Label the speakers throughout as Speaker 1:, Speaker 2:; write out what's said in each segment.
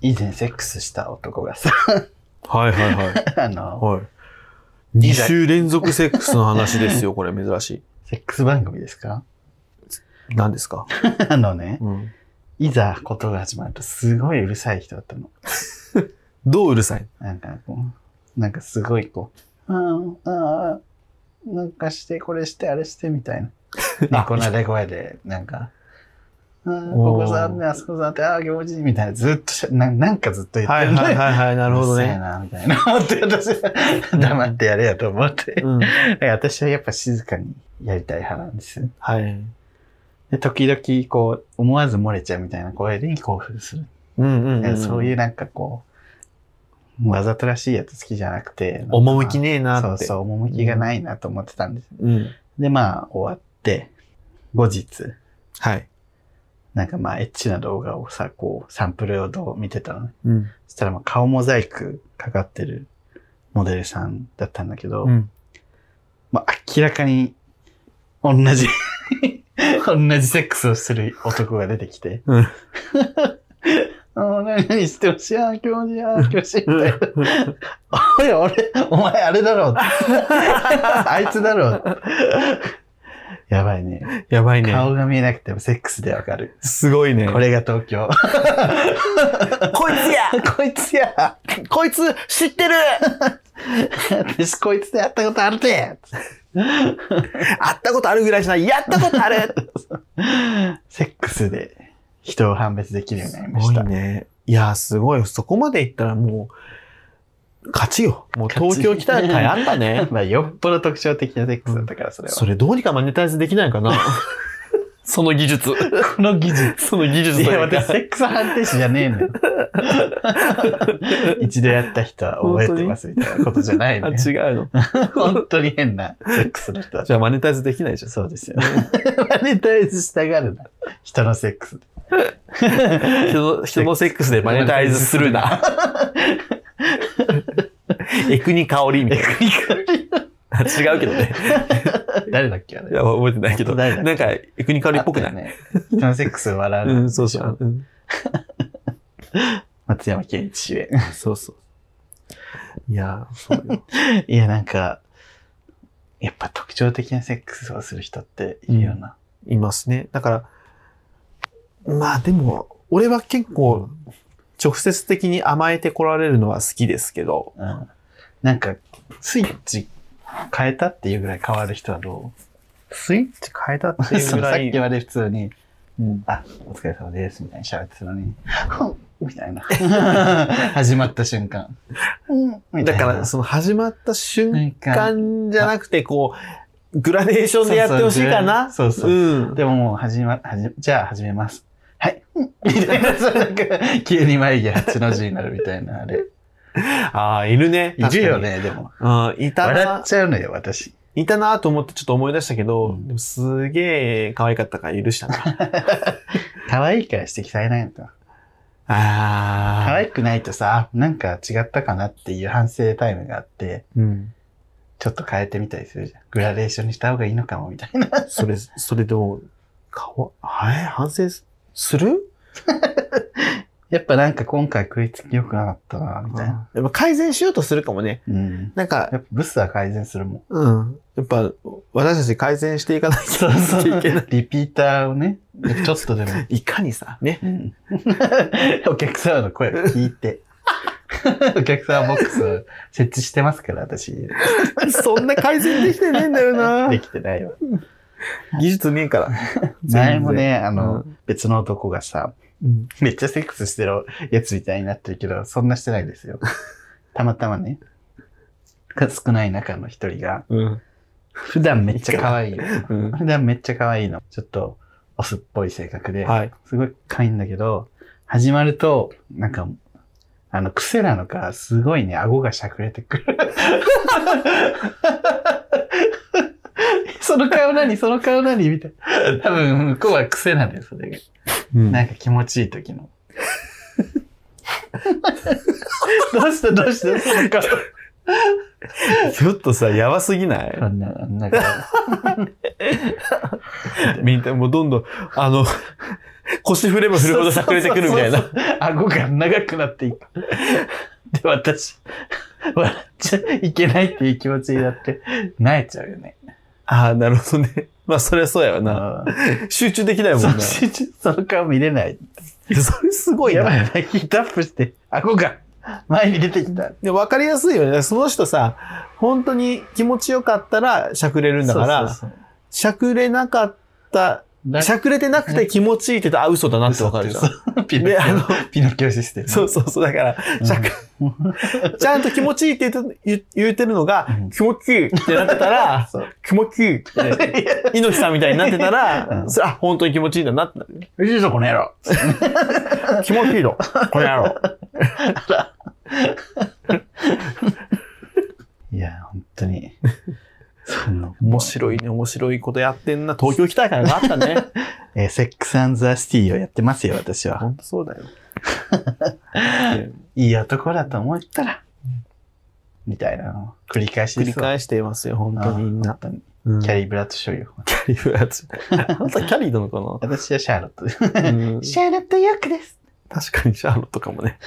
Speaker 1: 以前セックスした男がさ、
Speaker 2: はいはいはい。
Speaker 1: あの、
Speaker 2: はい。2週連続セックスの話ですよ、これ珍し
Speaker 1: セックス番組ですか
Speaker 2: い。何ですか
Speaker 1: あのね、
Speaker 2: うん。
Speaker 1: いざことが始まるとすごいうるさい人だったの。
Speaker 2: どううるさい
Speaker 1: なんかこう、なんかすごいこう、ああ、ああ、なんかして、これして、あれしてみたい な。猫なで声で、なんか、ああ、ここ触って、あそこ触って、ああ、気持ちいいみたいな、ずっとしゃな、なんかずっと言って
Speaker 2: はい
Speaker 1: んのよ
Speaker 2: はいはいはい、なるほど
Speaker 1: うるさい
Speaker 2: ね。
Speaker 1: な、みたいな。思って、私は 黙ってやれやと思 って。
Speaker 2: うん。
Speaker 1: だから私はやっぱ静かにやりたい派なんです。
Speaker 2: はい。
Speaker 1: で、時々、こう、思わず漏れちゃうみたいな声に興奮する。
Speaker 2: うんうん、
Speaker 1: だ
Speaker 2: う
Speaker 1: から
Speaker 2: ん。
Speaker 1: そういうなんかこう、わざとらしいやつ好きじゃなくて。
Speaker 2: 趣ねえな
Speaker 1: そ
Speaker 2: っ
Speaker 1: う
Speaker 2: て。
Speaker 1: そう、趣がないなと思ってたんです。
Speaker 2: うん。
Speaker 1: で、まあ、終わって、後日、
Speaker 2: はい。
Speaker 1: なんかまあ、エッチな動画をさ、こう、サンプルをどう見てたのね。
Speaker 2: うん。
Speaker 1: そしたら、まあ、顔モザイクかかってるモデルさんだったんだけど、
Speaker 2: うん。
Speaker 1: まあ、明らかに、同じ、 同じセックスをする男が出てきて、
Speaker 2: うん
Speaker 1: あの何何してほしい、あー気持ちいい、あー気持ちいい、みたいな。あれ、俺、お前あれだろう。 あいつだろう。やばいね。
Speaker 2: やばいね。
Speaker 1: 顔が見えなくてもセックスでわかる。
Speaker 2: すごいね。
Speaker 1: これが東京。
Speaker 2: こいつや
Speaker 1: こいつや
Speaker 2: こいつ知ってる
Speaker 1: 私こいつでやったことあるで
Speaker 2: 会ったことあるぐらいじゃない。やったことある
Speaker 1: セックスで人を判別できるようになりますした。
Speaker 2: ごいね。いや、すごい。そこまで行ったらもう、勝ちよ。もう東京来たらやったね。
Speaker 1: まあ、よっぽど特徴的なセックスだったから、それは。
Speaker 2: それどうにかマネタイズできないかな その技術。
Speaker 1: この技術。
Speaker 2: その技術
Speaker 1: い
Speaker 2: と
Speaker 1: や、
Speaker 2: いうか
Speaker 1: 私、セックス判定士じゃねえの よ。一度やった人は覚えてますみたいなことじゃない
Speaker 2: あ、
Speaker 1: のよ。
Speaker 2: 違うの。
Speaker 1: 本当に変なセックスの人だった
Speaker 2: じゃあマネタイズできないじゃん。
Speaker 1: そうですよ。マネタイズしたがるな。人のセックス。
Speaker 2: 人 の人のセックスでマネタイズするな。エクニカオリみたい
Speaker 1: え、国から
Speaker 2: な。違うけどね。
Speaker 1: 誰だっけあれ。
Speaker 2: いや、覚えてないけど。
Speaker 1: 誰だっけ
Speaker 2: なんか、エクニカオリっぽくな
Speaker 1: あ
Speaker 2: い
Speaker 1: ったよね。人のセックスを笑う
Speaker 2: う
Speaker 1: な。
Speaker 2: ん、そうそう。うん
Speaker 1: 松山健一主演。
Speaker 2: そうそう。いやー、そうよ。
Speaker 1: いや、なんか、やっぱ特徴的なセックスをする人っているよな。
Speaker 2: いますね。だから、まあでも、俺は結構、直接的に甘えてこられるのは好きですけど、
Speaker 1: うん。なんか、スイッチ変えたっていうぐらい変わる人はどう
Speaker 2: スイッチ変えたっ
Speaker 1: そのさっきまで普通に、
Speaker 2: うん
Speaker 1: あ、お疲れ様です、みたいに喋ってたのに、うんみたいな。 始まった瞬間。うん
Speaker 2: だから、、その始まった瞬間じゃなくて、こう、グラデーションでやってほしいかな。
Speaker 1: そうそう
Speaker 2: うん。
Speaker 1: でももう始ま、はじ、じゃあ始めます。はい。うんみたいな、 そうなんか、急に眉毛八の字になるみたいな、あれ。
Speaker 2: ああ、いるね。
Speaker 1: いるよね、でも。
Speaker 2: 確かに。うん、いた
Speaker 1: 笑っ
Speaker 2: な、
Speaker 1: ちゃうのよ、私。
Speaker 2: いたなと思ってちょっと思い出したけど、
Speaker 1: うん
Speaker 2: でもすげえ可愛かったから許したな。
Speaker 1: 可愛いから指摘されないのか。
Speaker 2: ああ。
Speaker 1: 可愛くないとさ、あなんか違ったかなっていう反省タイムがあって、
Speaker 2: うん。
Speaker 1: ちょっと変えてみたりするじゃん。グラデーションにした方がいいのかも、みたいな。
Speaker 2: それ、それでも、かわ、はい、反省すする
Speaker 1: やっぱなんか今回食いつき良くなかったな、みたいな。
Speaker 2: やっぱ改善しようとするかもね。
Speaker 1: うん。
Speaker 2: なんか
Speaker 1: や、っぱブスは改善する もん。
Speaker 2: うん。やっぱ、私たち改善していかないと いけない。
Speaker 1: リピーターをね、ちょっとでも。
Speaker 2: いかにさ、ね。
Speaker 1: うん、 お客様の声を聞いて。 お客様ボックスを設置してますから、私。
Speaker 2: そんな改善できてねえんだよな
Speaker 1: で。きてないわ。
Speaker 2: 技術ねえから。
Speaker 1: 前もね、あ
Speaker 2: 全然、
Speaker 1: の、別の男がさ、
Speaker 2: うん。
Speaker 1: めっちゃセックスしてるやつみたいになってるけど、そんなしてない ですよ。たまたまね。少ない中の一人が、
Speaker 2: うん。
Speaker 1: 普段めっちゃ可愛いよ。
Speaker 2: う ん。
Speaker 1: 普段めっちゃ可愛いの。ちょっと、オスっぽい性格で、
Speaker 2: はい。
Speaker 1: すごい可愛いんだけど、始まると、なんか、あの、癖なのか、すごいね、顎がしゃくれてくる。 その顔何その顔何みたいな。多分、向こうは癖なんです、それが。
Speaker 2: うん
Speaker 1: なんか気持ちいい時 の。どうしたどうしたその顔
Speaker 2: ちょっとさ、やばすぎない
Speaker 1: こんな、なんか、
Speaker 2: みんな、もうどんどん、あの、腰振れば振るほど炸裂くるみたい
Speaker 1: そ
Speaker 2: な
Speaker 1: う。そうそう。顎が長くなっていく。で、私、笑っちゃいけないっていう気持ちになって、なえちゃうよね。
Speaker 2: ああ、なるほどね。まあ、そりゃそうやわな。
Speaker 1: う
Speaker 2: 集中できない
Speaker 1: ん
Speaker 2: もん
Speaker 1: そ
Speaker 2: な。
Speaker 1: う集中その顔見れない。
Speaker 2: いやそれすごい
Speaker 1: や
Speaker 2: な
Speaker 1: ば。いやばい、ヒートアップして、顎が前に出てきた。
Speaker 2: で、わかりやすいよね。その人さ、本当に気持ちよかったらしゃくれるんだから、
Speaker 1: そうそうそう
Speaker 2: しゃくれなかった、
Speaker 1: だ
Speaker 2: しゃくれてなくて気持ちいいって言ったら、あ、嘘だなってわかるじゃん。
Speaker 1: ん。ピノキ
Speaker 2: で、あの
Speaker 1: オ、、ピノキオシステム。
Speaker 2: そうそうそう、だから、
Speaker 1: うん
Speaker 2: しゃく、 ちゃんと気持ちいいって言って言言うてるのが
Speaker 1: うん、
Speaker 2: 気持ちいいってなって たら、
Speaker 1: そう
Speaker 2: 気持ちいいって、猪木さんみたいになってたら、
Speaker 1: うん
Speaker 2: それあ、本当に気持ちいいんだなってなる。
Speaker 1: うるぞ、この野郎。
Speaker 2: 気持ちいいの。この野郎。
Speaker 1: いや、本当に。 その
Speaker 2: 面白いね、面白いことやってんな。東京行きたいからがあっ たね。
Speaker 1: えーセックスアンドザシティをやってますよ、私は。
Speaker 2: 本当そうだよ。
Speaker 1: いい男だと思ったら、みたいなのを繰り返し
Speaker 2: 繰
Speaker 1: で
Speaker 2: り
Speaker 1: すわ
Speaker 2: 返していますよ、本当にみんな。
Speaker 1: 本当に
Speaker 2: うん
Speaker 1: キャリー・ブラッドショーよ。
Speaker 2: キャリーや つ。あなたキャリーなのか
Speaker 1: 私はシャーロットです。
Speaker 2: な、 うん
Speaker 1: シャーロット・ヨークです。
Speaker 2: 確かにシャーロットかもね。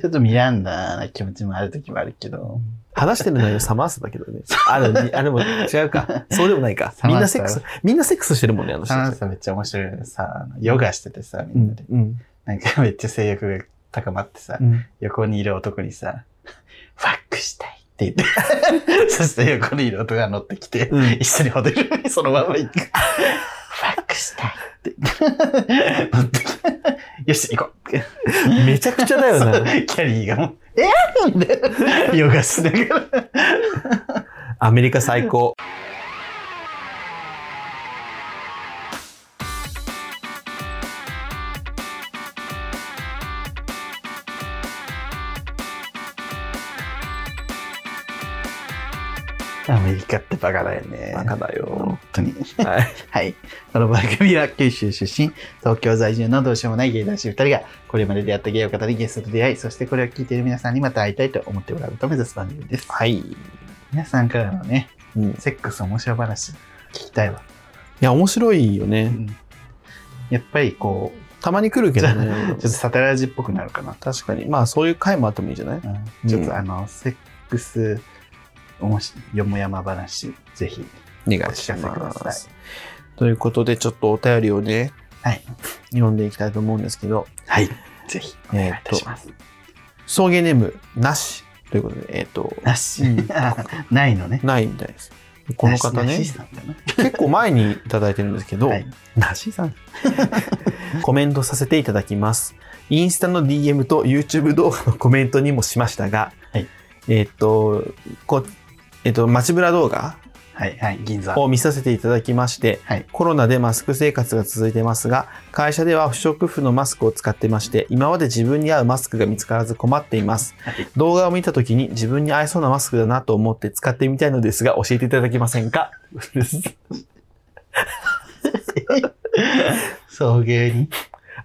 Speaker 1: ちょっとミランダな気持ちもある時もあるけど、
Speaker 2: 話してる内容サマースだけ どね。あれ、あでも違うか。そうでもないか。
Speaker 1: サ
Speaker 2: みん
Speaker 1: マー
Speaker 2: な
Speaker 1: ス
Speaker 2: セ
Speaker 1: だ
Speaker 2: ッ
Speaker 1: よ
Speaker 2: クス、みんなセックスしてるもんね、あの人
Speaker 1: サナ
Speaker 2: た
Speaker 1: ン
Speaker 2: ち。
Speaker 1: さんめっちゃ面白いのさ、あのヨガしててさ、み
Speaker 2: うん
Speaker 1: なんで。
Speaker 2: うん
Speaker 1: なんかめっちゃ性欲が高まってさ、
Speaker 2: うん
Speaker 1: 横にいる男にさ、ファックしたいって言 って、そして横にいる男が乗ってきて、
Speaker 2: うん
Speaker 1: 一緒にホテル にそのまま行く。ファックしたいって言って、乗ってきて、よし、行こう。
Speaker 2: めちゃくちゃだ よね。
Speaker 1: キャリーがもう、えーみたいな。ヨガしながら。
Speaker 2: アメリカ最高。
Speaker 1: アメリカってバカだよね。
Speaker 2: バカだよ
Speaker 1: 本。当に。
Speaker 2: はい。
Speaker 1: はい。この番組は九州出身、東京在住のどうしようもない芸男子2人が、これまで出会った芸を語りゲストと出会い、そしてこれを聞いている皆さんにまた会いたいと思ってもらうと目指す番組です。
Speaker 2: はい。
Speaker 1: 皆さんからのね、
Speaker 2: うんい
Speaker 1: セックス面白話、聞きたいわ。
Speaker 2: や、面白いよね。
Speaker 1: やっぱりこう、
Speaker 2: たまに来るけどね
Speaker 1: ちょっ。とサタラジっぽくなるかな。
Speaker 2: 確かに。まあ、そういう回もあってもいいんじゃない
Speaker 1: うん、ちょっとあの、セックス、おもし、よもやま話、ぜひ。
Speaker 2: お願い
Speaker 1: い
Speaker 2: し
Speaker 1: し
Speaker 2: ま。
Speaker 1: ますす
Speaker 2: ということで、ちょっとお便りをね、
Speaker 1: はい
Speaker 2: 読んでいきたいと思うんですけど、
Speaker 1: はい。ぜひ、お願いい
Speaker 2: えーと
Speaker 1: たします。
Speaker 2: 送迎ネームなしということで、えっ、と、
Speaker 1: なし
Speaker 2: うん。
Speaker 1: あ ないのね。
Speaker 2: ないみたいです。この方
Speaker 1: なしな
Speaker 2: ね
Speaker 1: し、さんだな
Speaker 2: 結構前にいただいてるんですけど、
Speaker 1: はい
Speaker 2: なしさん。コメントさせていただきます。インスタの DM と YouTube 動画のコメントにもしましたが、
Speaker 1: はい
Speaker 2: えっ、と、こえっ、と、街ブラ動画
Speaker 1: はい、はい、銀座。
Speaker 2: を見させていただきまして、
Speaker 1: はい。
Speaker 2: コロナでマスク生活が続いてますが、会社では不織布のマスクを使ってまして、今まで自分に合うマスクが見つからず困っています。
Speaker 1: はい
Speaker 2: 動画を見た時に自分に合いそうなマスクだなと思って使ってみたいのですが、教えていただけませんか
Speaker 1: 送迎に。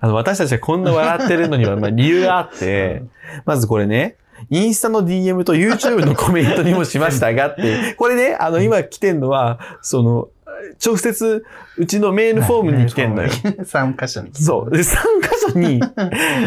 Speaker 2: あの、私たちはこんな笑ってるのには、まあ、理由があって、まずこれね、インスタの DM と YouTube のコメントにもしましたがって、これね、あの、今来てんのは、その、直接、うちのメールフォームに来てん のよ。
Speaker 1: 3箇所に来てんの
Speaker 2: そう。で、3箇 所に、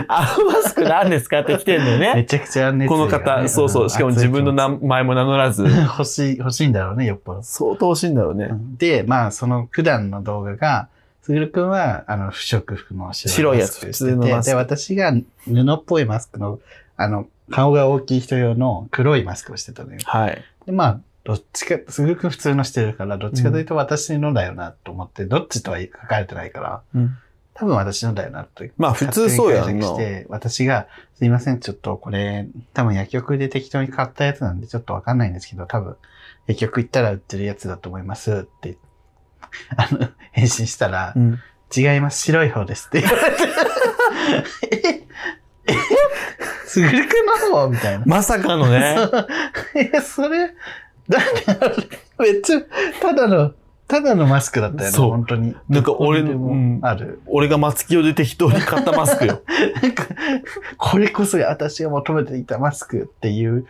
Speaker 2: あのマスク何ですかって来てんのよ
Speaker 1: め
Speaker 2: ね。
Speaker 1: ちゃくちゃ熱意が
Speaker 2: こ
Speaker 1: ね
Speaker 2: の方、そうそう。しかも自分の。
Speaker 1: ん
Speaker 2: 名前も名乗らず、
Speaker 1: 熱い気持ち 欲しい、欲しいんだろうね、よっぽど。
Speaker 2: 相当惜しいんだろうね。
Speaker 1: で、まあ、その普段の動画が、すぐるくんは、あの、不織布の白いマスクしてて
Speaker 2: 白いやつ普通のマスク
Speaker 1: で、私が布っぽいマスクの、あの、顔が大きい人用の黒いマスクをしてたのよ。
Speaker 2: はい。
Speaker 1: で、まあ、どっちか、すぐるくん普通のしてるから、どっちかというと私のだよなと思って、どっちとは書かれてないから、
Speaker 2: うん
Speaker 1: 多分私のだよなと
Speaker 2: まあ、普通そうやん
Speaker 1: 勝。
Speaker 2: な
Speaker 1: 手に解釈して、私が、すいません、ちょっとこれ、多分薬局で適当に買ったやつなんで、ちょっとわかんないんですけど、多分、薬局行ったら売ってるやつだと思いますって、あの、返信したら
Speaker 2: う、ん
Speaker 1: 違います、白い方ですって言われて、ええすぐるくんの方みたいな。
Speaker 2: まさかの ね。
Speaker 1: え、それ、だって、めっちゃ、ただの、ただのマスクだったよね、
Speaker 2: そう
Speaker 1: 本当に。
Speaker 2: なんか俺
Speaker 1: どこにで
Speaker 2: うん
Speaker 1: もある。
Speaker 2: 俺が松木を出て適当に買ったマス クよ。
Speaker 1: なんか、これこそが私が求めていたマスクっていう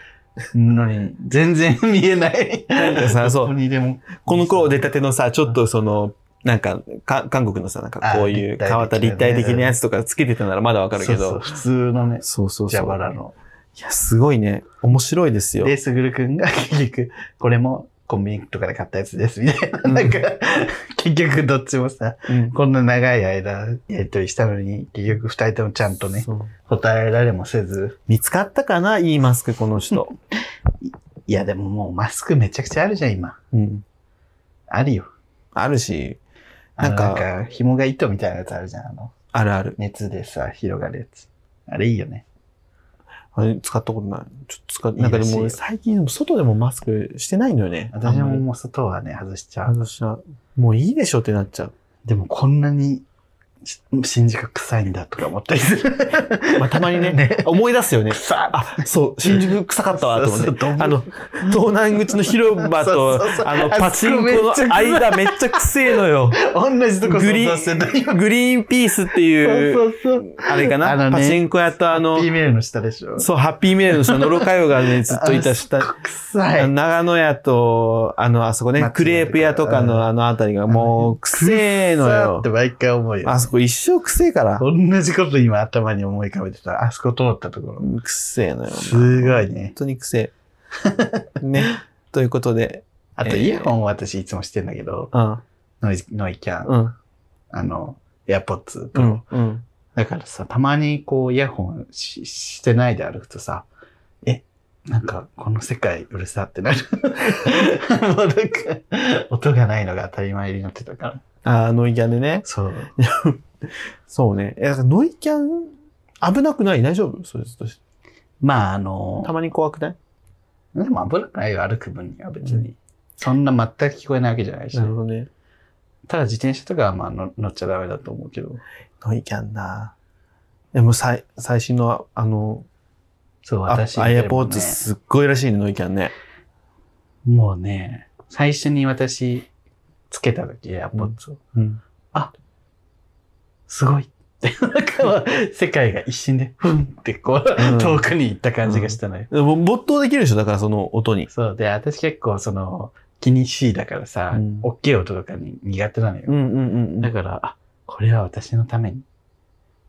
Speaker 1: のに、全然見えない。
Speaker 2: なんかさそう
Speaker 1: どこにでも。
Speaker 2: この頃出たてのさ、ちょっとその、なんかか、韓国のさ、なんかこういう
Speaker 1: あ立体的なね
Speaker 2: 変わった立体的なやつとかつけてたならまだわかる
Speaker 1: そ
Speaker 2: け
Speaker 1: うそう
Speaker 2: ど。
Speaker 1: 普通のね、
Speaker 2: そうそうそ
Speaker 1: 蛇
Speaker 2: う。
Speaker 1: 腹の。
Speaker 2: いや、すごいね。面白いですよ。
Speaker 1: で、すぐるくんが結局、これもコンビニとかで買ったやつです、みたいな。
Speaker 2: うん
Speaker 1: なんか、結局どっちもさ、
Speaker 2: うん
Speaker 1: こんな長い間やりとりしたのに、結局二人ともちゃんとね、
Speaker 2: そう
Speaker 1: 答えられもせず。
Speaker 2: 見つかったかないいマスク、この人。
Speaker 1: いや、でももうマスクめちゃくちゃあるじゃん、今。
Speaker 2: うん。
Speaker 1: あるよ。
Speaker 2: あるし、
Speaker 1: あの
Speaker 2: な
Speaker 1: なんん
Speaker 2: か
Speaker 1: か、紐が糸みたいなやつあるじゃん、あの、
Speaker 2: あるある。
Speaker 1: 熱でさ、広がるやつ。あれいいよね。
Speaker 2: あれ使ったことない。ちょっと使っ
Speaker 1: いい
Speaker 2: なんか
Speaker 1: ら
Speaker 2: で
Speaker 1: しい
Speaker 2: も、
Speaker 1: よ
Speaker 2: 最近、外でもマスクしてないのよね。
Speaker 1: 私
Speaker 2: あんま
Speaker 1: も
Speaker 2: り
Speaker 1: もう外はね、外しちゃう。
Speaker 2: 外しちゃうもういいでしょってなっちゃう。
Speaker 1: でもこんなにし新宿臭いんだとか思ったりする。
Speaker 2: まあ、たまにね
Speaker 1: ね
Speaker 2: 思い出すよね。
Speaker 1: 臭っ
Speaker 2: あ、そう、新宿臭かったわ、と思って
Speaker 1: そう。そう
Speaker 2: あの、東南口の広場と
Speaker 1: そうそうそ、う
Speaker 2: あの、
Speaker 1: あそこ
Speaker 2: パチンコ
Speaker 1: めっ
Speaker 2: の
Speaker 1: ちゃ臭い
Speaker 2: 間めっちゃ臭えのよ。
Speaker 1: 同じとこ
Speaker 2: グリ
Speaker 1: 想像してた
Speaker 2: ーン、グリーンピースって
Speaker 1: そ
Speaker 2: いう、
Speaker 1: うそうそう。
Speaker 2: あれか
Speaker 1: あ
Speaker 2: な
Speaker 1: のね
Speaker 2: パチンコ屋とあの
Speaker 1: ピ、ーメールの下でしょ。
Speaker 2: そう、ハッピーメールの下、野呂佳代がね、ずっといた下。
Speaker 1: 臭い。
Speaker 2: 長野屋と、あの、あそこね、
Speaker 1: 松
Speaker 2: クレープ屋とか
Speaker 1: う
Speaker 2: の
Speaker 1: ん
Speaker 2: あのあたりがもう、くせえの
Speaker 1: 臭い
Speaker 2: よ
Speaker 1: って。毎回思うよ。
Speaker 2: あそこ一生くせえから。
Speaker 1: 同じこと今頭に思い浮かべてた。あそこ通ったところ。
Speaker 2: くせえのよ。
Speaker 1: すごい
Speaker 2: 本
Speaker 1: ね。
Speaker 2: 当にくせ え。ね。ということで、
Speaker 1: あと、
Speaker 2: えー
Speaker 1: イヤホンを私いつもしてんだけど、
Speaker 2: うん、
Speaker 1: ノイズノイキャン、
Speaker 2: うん、
Speaker 1: あの、エアポッツ、
Speaker 2: うん、うん。
Speaker 1: だからさ、たまにこう、イヤホンししてないで歩くとさ、え、なんか、この世界うるさってなる。 もうなんか、音がないのが当たり前になってたから。
Speaker 2: あーノイキャンでね。
Speaker 1: そう。
Speaker 2: そうね。え、だからノイキャン、危なくない大丈夫それとして
Speaker 1: まあ、あ
Speaker 2: た
Speaker 1: の、
Speaker 2: まに怖くない
Speaker 1: でも危なくないよ、歩く分には別に。そんな全く聞こえないわけじゃないし。
Speaker 2: なるほどね。
Speaker 1: ただ自転車とかはまあの乗っちゃダメだと思うけど。
Speaker 2: ノイキャンな。でも最、最新の、あの、
Speaker 1: そう、
Speaker 2: ア
Speaker 1: 私、
Speaker 2: イアポーツ
Speaker 1: ね
Speaker 2: すっごいらしいね、ノイキャンね。
Speaker 1: もうね、最初に私、つけた時、エアポッツを。
Speaker 2: うん。
Speaker 1: すごいって、なんかは世界が一瞬 で、ふんってこ
Speaker 2: うん
Speaker 1: う、遠くに行った感じがしたのよ。
Speaker 2: でも没頭できるでしょだからその音に。
Speaker 1: そう。で、私結構その、気にしいだからさ、
Speaker 2: うん
Speaker 1: 大きい音とかに苦手なのよ。
Speaker 2: んうん
Speaker 1: だから、あ、これは私のために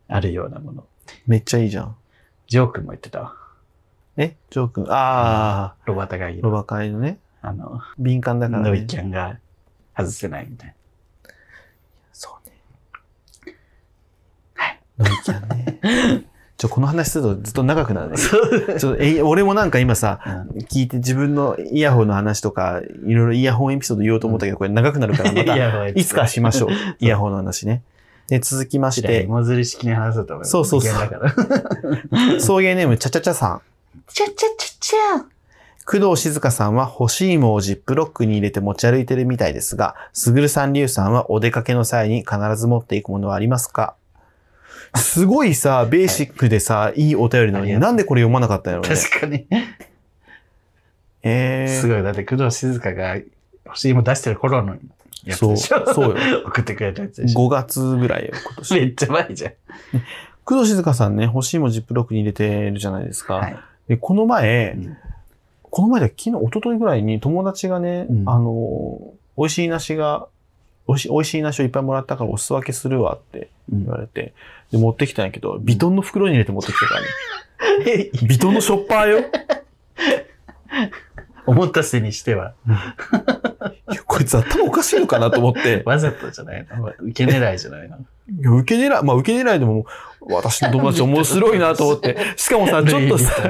Speaker 1: あるようなもの。
Speaker 2: めっちゃいいじゃん。
Speaker 1: ジョー君も言ってたわ。
Speaker 2: えジョー君。ああ、
Speaker 1: ロバタがいい
Speaker 2: ロバ会のね。
Speaker 1: あの、
Speaker 2: 敏感だから
Speaker 1: ノイ
Speaker 2: ね。
Speaker 1: キャンが外せないみたいな。
Speaker 2: そうね。ノイキャンね。 ちょ、この話するとずっと長くなるね。
Speaker 1: そう。
Speaker 2: ちょえ俺もなんか今さ、
Speaker 1: うん
Speaker 2: 聞いて自分のイヤホンの話とか、いろいろイヤホンエピソード言おうと思ったけど、これ長くなるからま
Speaker 1: い
Speaker 2: た、
Speaker 1: やば
Speaker 2: いつかしましょう。イヤ
Speaker 1: ホン
Speaker 2: ホンの話ね。で、続きまし
Speaker 1: して、
Speaker 2: て、
Speaker 1: 芋づる式に話そうと思います。
Speaker 2: そうそうそう
Speaker 1: 人間だ から。
Speaker 2: 送迎ネームちゃちゃちゃさん。
Speaker 1: ちゃちゃちゃちゃ。
Speaker 2: 工藤静香さんは欲しいもをジップロックに入れて持ち歩いてるみたいですが、すぐるさん、りゅうさんはお出かけの際に必ず持っていくものはありますかすごいさ、ベーシックでさ、いいお便り なの
Speaker 1: あり
Speaker 2: に、
Speaker 1: がとう
Speaker 2: なんでこれ読まなかったんやろうね。
Speaker 1: 確かに。
Speaker 2: え
Speaker 1: す
Speaker 2: ー、
Speaker 1: ごい。だって工藤静香が欲しいもん出してる頃のやつでしょ。
Speaker 2: そう そうよ
Speaker 1: 送ってくれたやつでしょ。
Speaker 2: 5月ぐらいよ、今年。
Speaker 1: めっちゃ前じゃん。
Speaker 2: 工藤静香さんね、欲しいもジップロックに入れてるじゃないですか。
Speaker 1: はい
Speaker 2: で、この前、
Speaker 1: うん
Speaker 2: この前だ、昨日、一昨日ぐらいに友達がね、
Speaker 1: うん
Speaker 2: あの、美味しい梨が、美味しい美味しい梨をいっぱいもらったからお裾分けするわって言われて、で、持ってきたんやけど、ビトンの袋に入れて持ってきたからね。
Speaker 1: え
Speaker 2: ビトンのショッパーよ。
Speaker 1: 思ったせにしては、
Speaker 2: いやこいつ頭おかしいのかなと思って、
Speaker 1: わざとじゃないの受け狙いじゃないの
Speaker 2: いや受け狙い、まあ受け狙いでも、私の友達面白いなと思って、 しかもさ、ちょっとさ、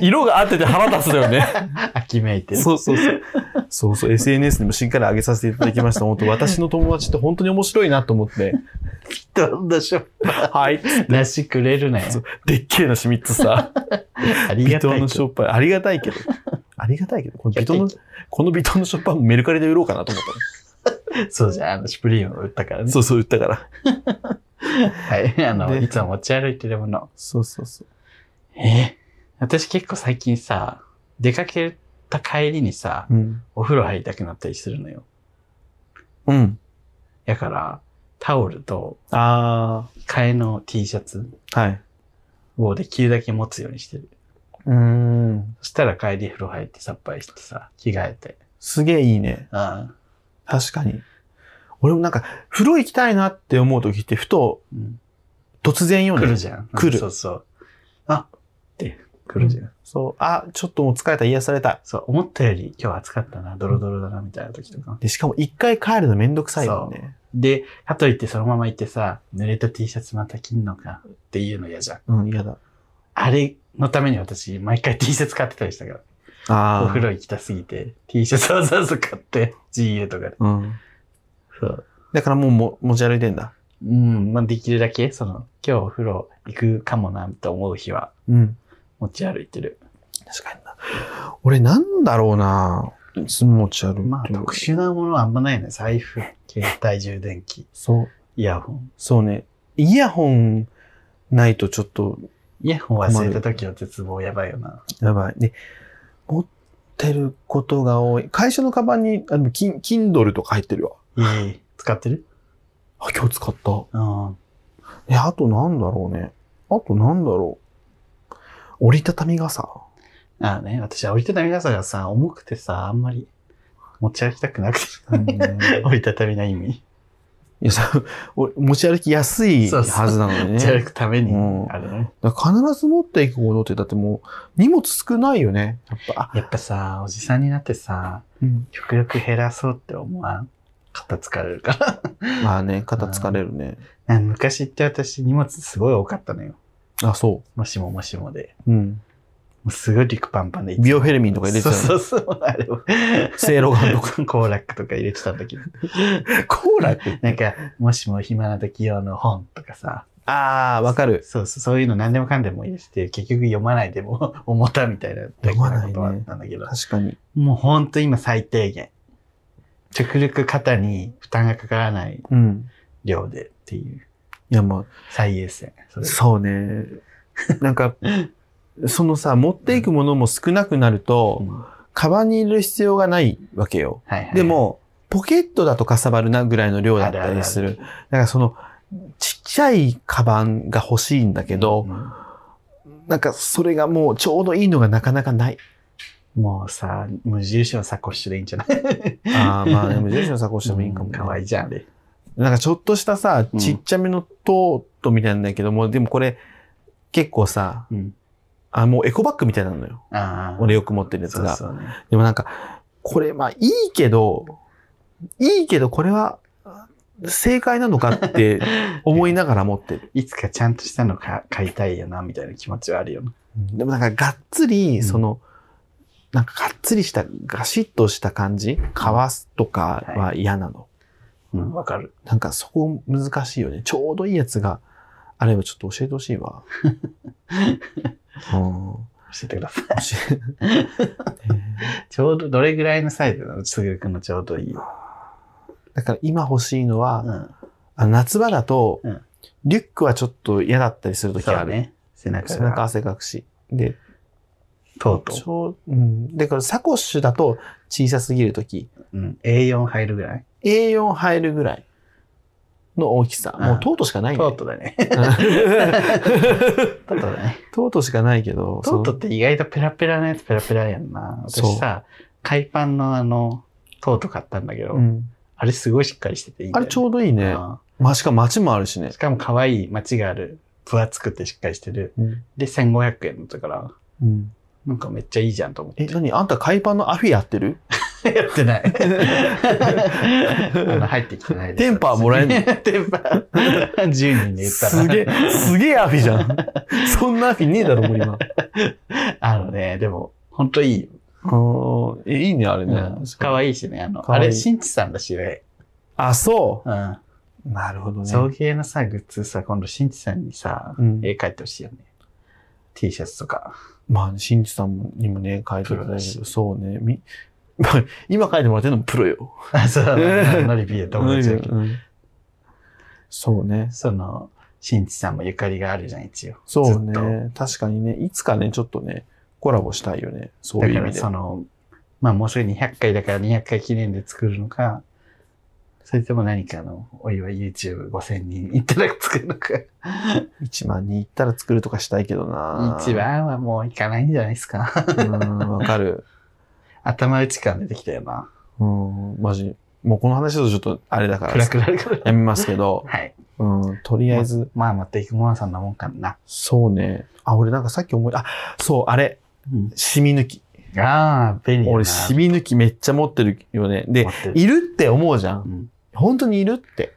Speaker 2: 色が合ってて腹立つだよね。
Speaker 1: 秋めいてる。
Speaker 2: そうそう そう。そうそう、SNS にもしっかり上げさせていただきました。本当私の友達って本当に面白いなと思って。
Speaker 1: どんなしょ
Speaker 2: はい。
Speaker 1: 梨くれるね。
Speaker 2: そうでっけえなし3つ さ。
Speaker 1: あり
Speaker 2: ビ
Speaker 1: が
Speaker 2: ト
Speaker 1: た
Speaker 2: ン
Speaker 1: い
Speaker 2: の
Speaker 1: け
Speaker 2: シ
Speaker 1: ど。
Speaker 2: ョッパー。ありがたいけど。ありがたいけど、このビトンの、このビトンのショッパーもメルカリで売ろうかなと思っ
Speaker 1: そうじゃん。あの、シュプリームを売ったから
Speaker 2: た。
Speaker 1: ね。
Speaker 2: そうそう、売ったから。
Speaker 1: はい。あの、
Speaker 2: で
Speaker 1: いつも持ち歩いてるもの。
Speaker 2: そうそうそう。
Speaker 1: え私結構最近さ、出かけた帰りにさ、
Speaker 2: うん。
Speaker 1: お風呂入りたくなったりするのよ。
Speaker 2: うん。
Speaker 1: だから、タオルと
Speaker 2: あ
Speaker 1: 替えの T シャツ
Speaker 2: ー。はい。
Speaker 1: をできるだけ持つようにしてる。
Speaker 2: うーん。
Speaker 1: そしたら帰り風呂入ってさっぱりしてさ、着替えて。
Speaker 2: すげえいいね。
Speaker 1: あ
Speaker 2: 確かに。俺もなんか、風呂行きたいなって思う時って、ふと
Speaker 1: うん
Speaker 2: 突然読
Speaker 1: 来
Speaker 2: ん
Speaker 1: る
Speaker 2: で。
Speaker 1: じゃん。
Speaker 2: 来る
Speaker 1: そうそう。あって来るじゃん。
Speaker 2: そう。あ、ちょっともう疲れた、癒された。
Speaker 1: そう、思ったより今日暑かったな、ドロドロだな、みたいな時とか。
Speaker 2: で、しかも一回帰るのめんどくさいもんね。
Speaker 1: で、かといってそのまま行ってさ、濡れた T シャツまた着んのかっていうの嫌じゃん。
Speaker 2: うん、嫌だ。
Speaker 1: あれのために私、毎回 T シャツ買ってたりしたから。
Speaker 2: ああ。
Speaker 1: お風呂行きたすぎて、T シャツわざわざ買って、GU とかで。
Speaker 2: うん。
Speaker 1: そう。
Speaker 2: だからもうも持ち歩いてんだ。
Speaker 1: うん、まあ、できるだけ、その、今日お風呂行くかもな、と思う日は
Speaker 2: うん。
Speaker 1: 持ち歩いてる。
Speaker 2: 確かにな。俺なんだろうな。いつも持ち歩いてる。
Speaker 1: まあ、特殊なものはあんまないね。財布、携帯充電器、
Speaker 2: そう。
Speaker 1: イヤホン。
Speaker 2: そうね。イヤホンないとちょっと
Speaker 1: イヤホン忘れた時の絶望やばいよな。
Speaker 2: やばい。で、持ってることが多い。会社のカバンに、あ、でも、キン、キンドルとか入ってるわ。
Speaker 1: ええ使ってる
Speaker 2: あ、今日使った。
Speaker 1: うん。
Speaker 2: え、あとなんだろうね。あとなんだろう。折りたたみ傘。
Speaker 1: ああね、私は折りたたみ傘がさ、重くてさ、あんまり持ち歩きたくなくて。
Speaker 2: い
Speaker 1: 折りたたみの意味。
Speaker 2: やさ、お持ち歩きやすい
Speaker 1: そう
Speaker 2: は
Speaker 1: そう
Speaker 2: ずなのに
Speaker 1: 持
Speaker 2: ね。
Speaker 1: ち歩くために
Speaker 2: うん
Speaker 1: あるね。
Speaker 2: だから必ず持っていく行動って、だってもう、荷物少ないよね。やっぱ、あ
Speaker 1: やっぱさ、おじさんになってさ、極力減らそうって思わん。肩疲れるから。
Speaker 2: まあね、肩疲れるね。
Speaker 1: なんか昔って私荷物すごい多かったのよ。
Speaker 2: あ、そ
Speaker 1: もしももしもで。
Speaker 2: う。うん。
Speaker 1: もうすごいリクパンパンでいつも
Speaker 2: ビオフェルミンとか入れてた
Speaker 1: そ
Speaker 2: よ
Speaker 1: うそうそう。あれを。
Speaker 2: セイロガンと
Speaker 1: か。 コーラックとか入れてたんだけど。
Speaker 2: コーラって。
Speaker 1: なんか、もしも暇な時用の本とかさ。
Speaker 2: ああ、わかる。
Speaker 1: そうそう、そういうの何でもかんでも入れてて、結局読まないでも 思ったみたいな、
Speaker 2: 読まないね
Speaker 1: ことはあったんだけど、
Speaker 2: 確かに。
Speaker 1: もうほんと今最低限。極力肩に負担がかからない
Speaker 2: うん。
Speaker 1: 量でっていう、
Speaker 2: いや、ま
Speaker 1: 最優先。そ
Speaker 2: あ、
Speaker 1: れ
Speaker 2: そうね。なんか、そのさ、持っていくものも少なくなると、
Speaker 1: うんは
Speaker 2: カバンに入れる必要がないわけよ。
Speaker 1: いはい、
Speaker 2: で、も、ポケットだとかさばるなぐらいの量だったりする。だからその、ちっちゃいカバンが欲しいんだけど
Speaker 1: う、ん
Speaker 2: なんかそれがもうちょうどいいのがなかなかない。
Speaker 1: もうさ、無印のサコッシュでいいんじゃない
Speaker 2: ああ、ま あでも、ジェシのサコッシュでもいいかも、ね。
Speaker 1: かわいいじゃん、あれ。
Speaker 2: なんかちょっとしたさ
Speaker 1: う、ん
Speaker 2: ちっちゃめのトートみたいなんだけども、でもこれ結構さ、
Speaker 1: うん。
Speaker 2: あ、もうエコバッグみたいなのよ。
Speaker 1: ああ。
Speaker 2: 俺よく持ってるやつ
Speaker 1: そう
Speaker 2: が。
Speaker 1: そうね。
Speaker 2: でもなんか、これまあいいけど、いいけどこれは正解なのかって思いながら持ってる。
Speaker 1: いつかちゃんとしたのか買いたいよな、みたいな気持ちはあるよな。
Speaker 2: でもなんかがっつり、
Speaker 1: ん
Speaker 2: その、なんかがっつりした、ガシッとした感じ、かわすとかは嫌なの。
Speaker 1: うん、わかる。
Speaker 2: なんかそこ難しいよね。ちょうどいいやつがあればちょっと教えてほし いわ。うん、教
Speaker 1: 教えてください。
Speaker 2: えね
Speaker 1: ちょうど、どれぐらいのサイズなのすぐるくんのちょうどいい。
Speaker 2: だから今欲しいのは、
Speaker 1: うん。
Speaker 2: あの夏場だと、
Speaker 1: うん
Speaker 2: リュックはちょっと嫌だったりするとき
Speaker 1: そ
Speaker 2: あ
Speaker 1: う
Speaker 2: る。
Speaker 1: ね。背中
Speaker 2: 背
Speaker 1: が。
Speaker 2: 中汗かくし。で、
Speaker 1: とうと
Speaker 2: ちょう、うん。で、これサコッシュだと小さすぎるとき、
Speaker 1: う。うん。A4 入るぐらい。
Speaker 2: A4 入るぐらいの大きさ。
Speaker 1: うん
Speaker 2: もうトートしかない
Speaker 1: と
Speaker 2: よ
Speaker 1: う
Speaker 2: ね。
Speaker 1: とだね。
Speaker 2: ト
Speaker 1: とうとだ ね。
Speaker 2: ートしかないけど、
Speaker 1: とうと
Speaker 2: その
Speaker 1: って意外とペラペラなやつペラペラやんな。
Speaker 2: そう
Speaker 1: 私さ、海パンのあの、とうと買ったんだけど、
Speaker 2: うん
Speaker 1: あれすごいしっかりしてていいんだ
Speaker 2: あ
Speaker 1: よ、
Speaker 2: れちょうどいいね。
Speaker 1: うん
Speaker 2: まあ、しかも街もあるしね
Speaker 1: し。かも可愛い街がある。分厚くてしっかりしてる。
Speaker 2: うん。
Speaker 1: で、1500円だったから、なんかめっちゃいいじゃんと思って。
Speaker 2: え、何あんた海パンのアフィやってる
Speaker 1: やって ない。あの入ってきてないです
Speaker 2: テンパはもらえんの
Speaker 1: テンパ。10人 で言ったら。
Speaker 2: すげえ、すげえアフィじ ゃん。そんなアフィねえだろ、もう今。
Speaker 1: あのね、でも、ほんといいよ。
Speaker 2: あえいいね、あれね。
Speaker 1: かわいいしね。あの、
Speaker 2: かわ
Speaker 1: あ
Speaker 2: いい
Speaker 1: れ、新地さんだしね。
Speaker 2: あ、そ
Speaker 1: うん。
Speaker 2: う。なるほどね。
Speaker 1: 送迎のさ、グッズさ、今度新地さんにさ
Speaker 2: う、ん
Speaker 1: 絵描いてほしいよね。T シャツとか。
Speaker 2: まあ、新地さんにもね、書いて
Speaker 1: プロ
Speaker 2: もら
Speaker 1: だ
Speaker 2: える
Speaker 1: し
Speaker 2: そうね。み 今書いてもらってるのもプロよ。
Speaker 1: あ、そう、ノリビー友達だけど
Speaker 2: うんそうね。
Speaker 1: その、新地さんもゆかりがあるじゃん、一応。
Speaker 2: そう
Speaker 1: ずっと
Speaker 2: ね。確かにね、いつかね、ちょっとね、コラボしたいよね。そう
Speaker 1: だ
Speaker 2: いう
Speaker 1: か
Speaker 2: 意味
Speaker 1: ら
Speaker 2: で
Speaker 1: そ。の、まあもうすぐ200回だから200回記念で作るのか、それとも何かのお祝い YouTube5000 人いただく作るのか。
Speaker 2: 1万人行ったら作るとかしたいけどな。
Speaker 1: 一番はもういかないんじゃないですか。
Speaker 2: うん、わかる。
Speaker 1: 頭打ち感出てきたよな。
Speaker 2: うん、マジ。もうこの話だとちょっとあれだか
Speaker 1: 暗
Speaker 2: ら、
Speaker 1: くなるから。
Speaker 2: やめますけど、
Speaker 1: はい。
Speaker 2: うん、とりあえず、
Speaker 1: まあ、また、いくもなさんなもんかな。
Speaker 2: そうね。あ、俺なんかさっき思い、あ、そう、あれ、
Speaker 1: うん。
Speaker 2: 染み抜き。
Speaker 1: ああ、便利やな。
Speaker 2: 俺、染み抜きめっちゃ持ってるよね。で
Speaker 1: 持、ってる
Speaker 2: いるって思うじゃ
Speaker 1: う
Speaker 2: ん。
Speaker 1: ん
Speaker 2: 本当にいるって。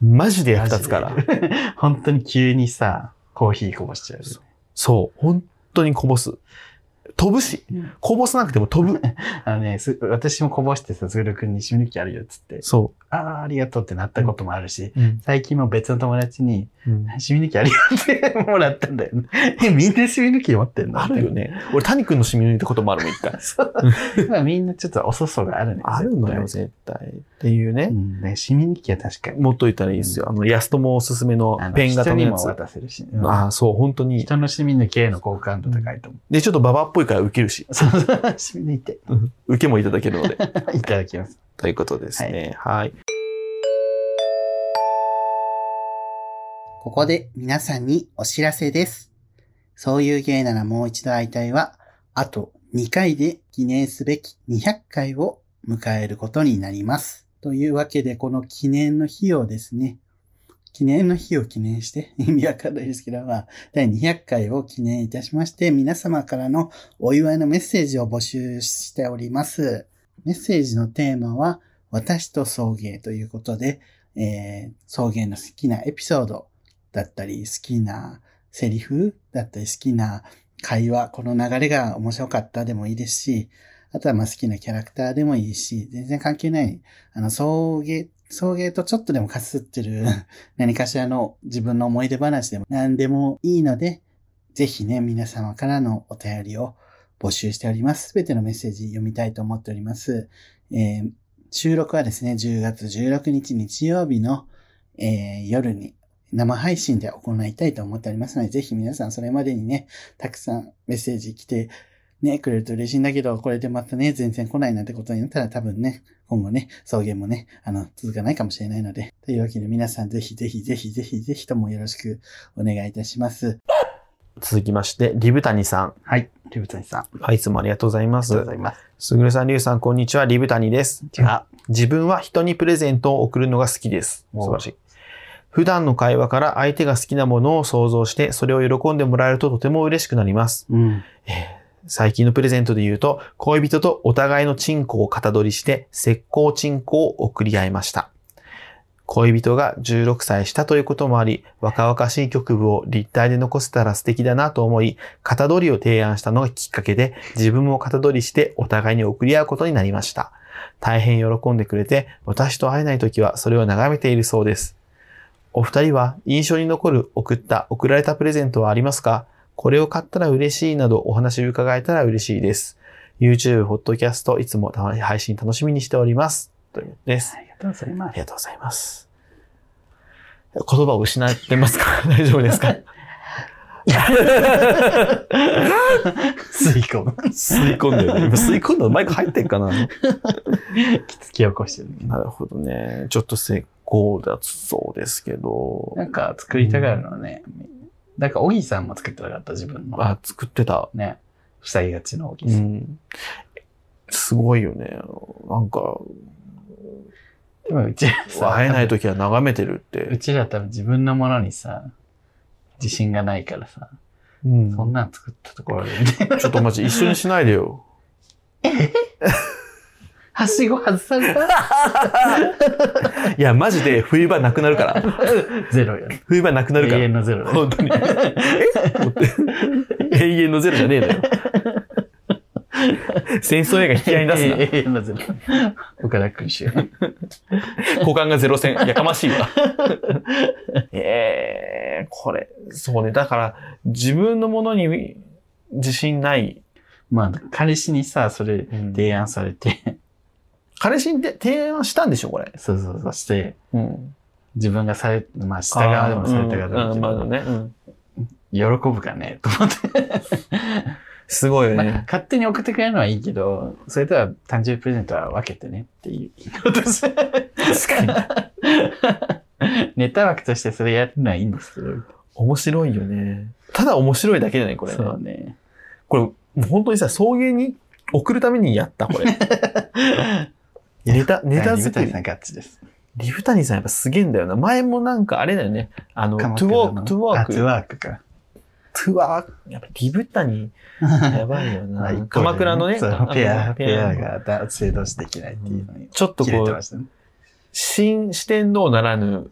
Speaker 2: マジで役立つから。
Speaker 1: 本当に急にさ、コーヒーこぼしちゃうよね。
Speaker 2: そう、本当にこぼす。飛ぶし、
Speaker 1: うん
Speaker 2: こぼさなくても 飛ぶ。
Speaker 1: あのね、す私もこぼしてさ、ズル君に染み抜きあるよっつって、
Speaker 2: そ
Speaker 1: ああ、ありがとうってなったこともあるし、
Speaker 2: う。うん
Speaker 1: 最近も別の友達に、
Speaker 2: うん
Speaker 1: 染み抜きありがとうってもらったんだよね。 え、みんな染み抜き持ってんの。
Speaker 2: あるよ。ね。俺、谷君の染み抜いたこともあるもん、一回
Speaker 1: そう。 まあみんなちょっとおそそがあるね。
Speaker 2: あるのよ、
Speaker 1: 絶
Speaker 2: 絶対。っていう
Speaker 1: 対
Speaker 2: ね
Speaker 1: う。ん、ね、染み抜きは確かに。
Speaker 2: 持っといたらいいですよ。あの、安友おすすめの
Speaker 1: あの
Speaker 2: ペン型
Speaker 1: 人
Speaker 2: の
Speaker 1: に
Speaker 2: や
Speaker 1: も
Speaker 2: つ。
Speaker 1: 渡せるし。うん
Speaker 2: ああ、そう、本当に。
Speaker 1: 人の染み抜きへの好感度高いと思
Speaker 2: で、ちょっとババアっぽいから受けるし。
Speaker 1: う。そうそう、 染み抜いて。
Speaker 2: 受けもいただけるので。
Speaker 1: いただきます。
Speaker 2: ということですね。はい。
Speaker 3: ここで皆さんにお知らせです。そういう芸ならもう一度会いたいは、あと2回で記念すべき200回を迎えることになります。というわけで、この記念の日をですね、記念の日を記念して、 意味わかんないですけど、まあ、第200回を記念いたしまして、皆様からのお祝いのメッセージを募集しております。メッセージのテーマは、私と送迎ということで、えー、送迎の好きなエピソード、だったり、好きなセリフだったり、好きな会話、この流れが面白かったでもいいですし、あとはまあ好きなキャラクターでもいいし、全然関係ない、あの、送迎、送迎とちょっとでもかすってる 何かしらの自分の思い出話でも何でもいいので、ぜひね、皆様からのお便りを募集しております。すべてのメッセージ読みたいと思っております。えー収録はですね、10月16日日曜日の、えー夜に生配信で行いたいと思っておりますので、ぜひ皆さんそれまでにね、たくさんメッセージ来て、ね、くれると嬉しいんだけど、これでまたね、全然来ないなんてことになったら多分ね、今後ね、送迎もね、あの、続かないかもしれないので。というわけで皆さんぜひぜひぜひぜひぜひともよろしくお願いいたします。
Speaker 2: 続きまして、リブタニさん。
Speaker 1: はい。リブトニさん、あり
Speaker 2: はい、いつもありがとうございま
Speaker 1: がとう
Speaker 2: す
Speaker 1: ござ。います。
Speaker 2: すぐるさん、りゅうさん、こんにちは。リブタニです。
Speaker 1: じゃあ、
Speaker 2: 自分は人にプレゼントを贈るのが好きです。
Speaker 1: お
Speaker 2: 素晴らしい。普段の会話から相手が好きなものを想像して、それを喜んでもらえるととても嬉しくなります。
Speaker 1: うん。
Speaker 2: 最近のプレゼントで言うと、恋人とお互いのチンコを型取りして、石膏チンコを贈り合いました。恋人が16歳したということもあり、若々しい局部を立体で残せたら素敵だなと思い、型取りを提案したのがきっかけで、自分も型取りしてお互いに送り合うことになりました。大変喜んでくれて、私と会えない時はそれを眺めているそうです。お二人は印象に残る送った、送られたプレゼントはありますかこれを買ったら嬉しいなどお話を伺えたら嬉しいです。YouTube、Podcast、いつもた配信楽しみにしております。ということです。
Speaker 1: ありがとうございま
Speaker 2: あ
Speaker 1: す
Speaker 2: り。がとうございます。言葉を失ってますか 大丈夫ですか
Speaker 1: 吸い込む。
Speaker 2: 吸い込んでる、ね。今吸い込んだのマイク入ってんかなな
Speaker 1: きつき起こしてるね。
Speaker 2: るほどね。ちょっと成功だそうですけど。
Speaker 1: なんか作りたがるのはね、なんか、小木さんも作ってなかった、自分の。
Speaker 2: あ、作ってた。
Speaker 1: ね。塞ぎがちの小木
Speaker 2: う
Speaker 1: さん。
Speaker 2: ん。すごいよね。なんか、
Speaker 1: でも、うちらさ、
Speaker 2: 会えない時は眺めてるっ
Speaker 1: う
Speaker 2: て。
Speaker 1: ちら多分自分のものにさ、自信がないからさ、
Speaker 2: うん
Speaker 1: そんなん作ったとこ ろで、みたいな
Speaker 2: ちょっとマジ一緒にしないでよ。
Speaker 1: はしご外された
Speaker 2: いや、マジで冬場なくなるから。
Speaker 1: ゼロよね。
Speaker 2: 冬場なくな
Speaker 1: 永
Speaker 2: るから。
Speaker 1: 遠のゼロだね
Speaker 2: 本当に。永遠のゼロじゃねえのよ。戦争映画引き合いに出
Speaker 1: 永遠のゼロ。岡田君主演。
Speaker 2: すな。股間がゼロ戦。やかましいわ。 ええこれ、そうね。だから、自分のものに自信ない。
Speaker 1: まあ、彼氏にさ、それ提案されて、
Speaker 2: 彼氏にて提案したんでしょ、これ。
Speaker 1: そうそうそうして、
Speaker 2: うん。
Speaker 1: 自分がされ、まあ、下側でもされた側
Speaker 2: か
Speaker 1: でもいいけ
Speaker 2: ま
Speaker 1: ど
Speaker 2: あね、
Speaker 1: 喜ぶかねと思って、
Speaker 2: すごいよ
Speaker 1: まあ
Speaker 2: ね。
Speaker 1: 勝手に送ってくれるのはいいけど、それとは誕生日プレゼントは分けてねっていうことです。
Speaker 2: 確かに。
Speaker 1: ネタ枠としてそれやるのはいいんですけど。
Speaker 2: 面白いよね。ただ面白いだけじゃない、これね、
Speaker 1: そうね。
Speaker 2: これ、もう本当にさ、送迎に送るためにやった、これ。ネタ、ネタ
Speaker 1: リブ
Speaker 2: 作
Speaker 1: タ
Speaker 2: り
Speaker 1: イさ。んガチです。
Speaker 2: リフタニさんやっぱすげえんだよな。前もなんかあれだよね。あの、トゥワーク、トゥワーク。
Speaker 1: あトゥワークか。
Speaker 2: トゥワーク。やっぱリブタニ、やばいよ
Speaker 1: ま あ一方で
Speaker 2: な。
Speaker 1: ね
Speaker 2: 鎌倉のね、
Speaker 1: そう
Speaker 2: あ
Speaker 1: ペア、
Speaker 2: ペ
Speaker 1: ペアが男性同士できないっていうのに。
Speaker 2: ちょっと
Speaker 1: 切れ
Speaker 2: こ
Speaker 1: て
Speaker 2: う
Speaker 1: ま、 したね。
Speaker 2: 新四天王な らぬ、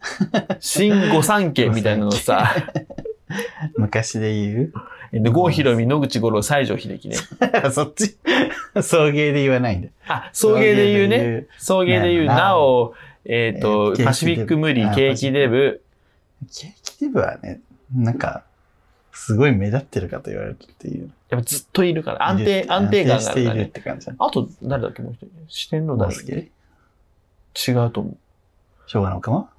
Speaker 2: 新御三家みたいなのさ、
Speaker 1: 昔で言う
Speaker 2: えっと郷ひろみ、野口五郎、西城秀樹ね。
Speaker 1: そっち 送迎で言わないんだ。
Speaker 2: あ、送迎で言うね。送迎で言う、
Speaker 1: ね
Speaker 2: なお、えっ
Speaker 1: え
Speaker 2: と
Speaker 1: ーケーキデ、ブ
Speaker 2: パシフィック無理
Speaker 1: あ、
Speaker 2: ケーキデブ、
Speaker 1: ケーキデブはね、なんか、すごい目立ってるかと言われるっていう。
Speaker 2: やっぱずっといるから、安定、安定感が
Speaker 1: 安定
Speaker 2: ある
Speaker 1: し
Speaker 2: か
Speaker 1: てい
Speaker 2: ら
Speaker 1: るっ
Speaker 2: ね。
Speaker 1: て感じだね。
Speaker 2: あと、誰だっけ、もう一人。四天王
Speaker 1: 大
Speaker 2: だ
Speaker 1: 好
Speaker 2: っ
Speaker 1: き
Speaker 2: け違うと思う。
Speaker 1: 昭和のかも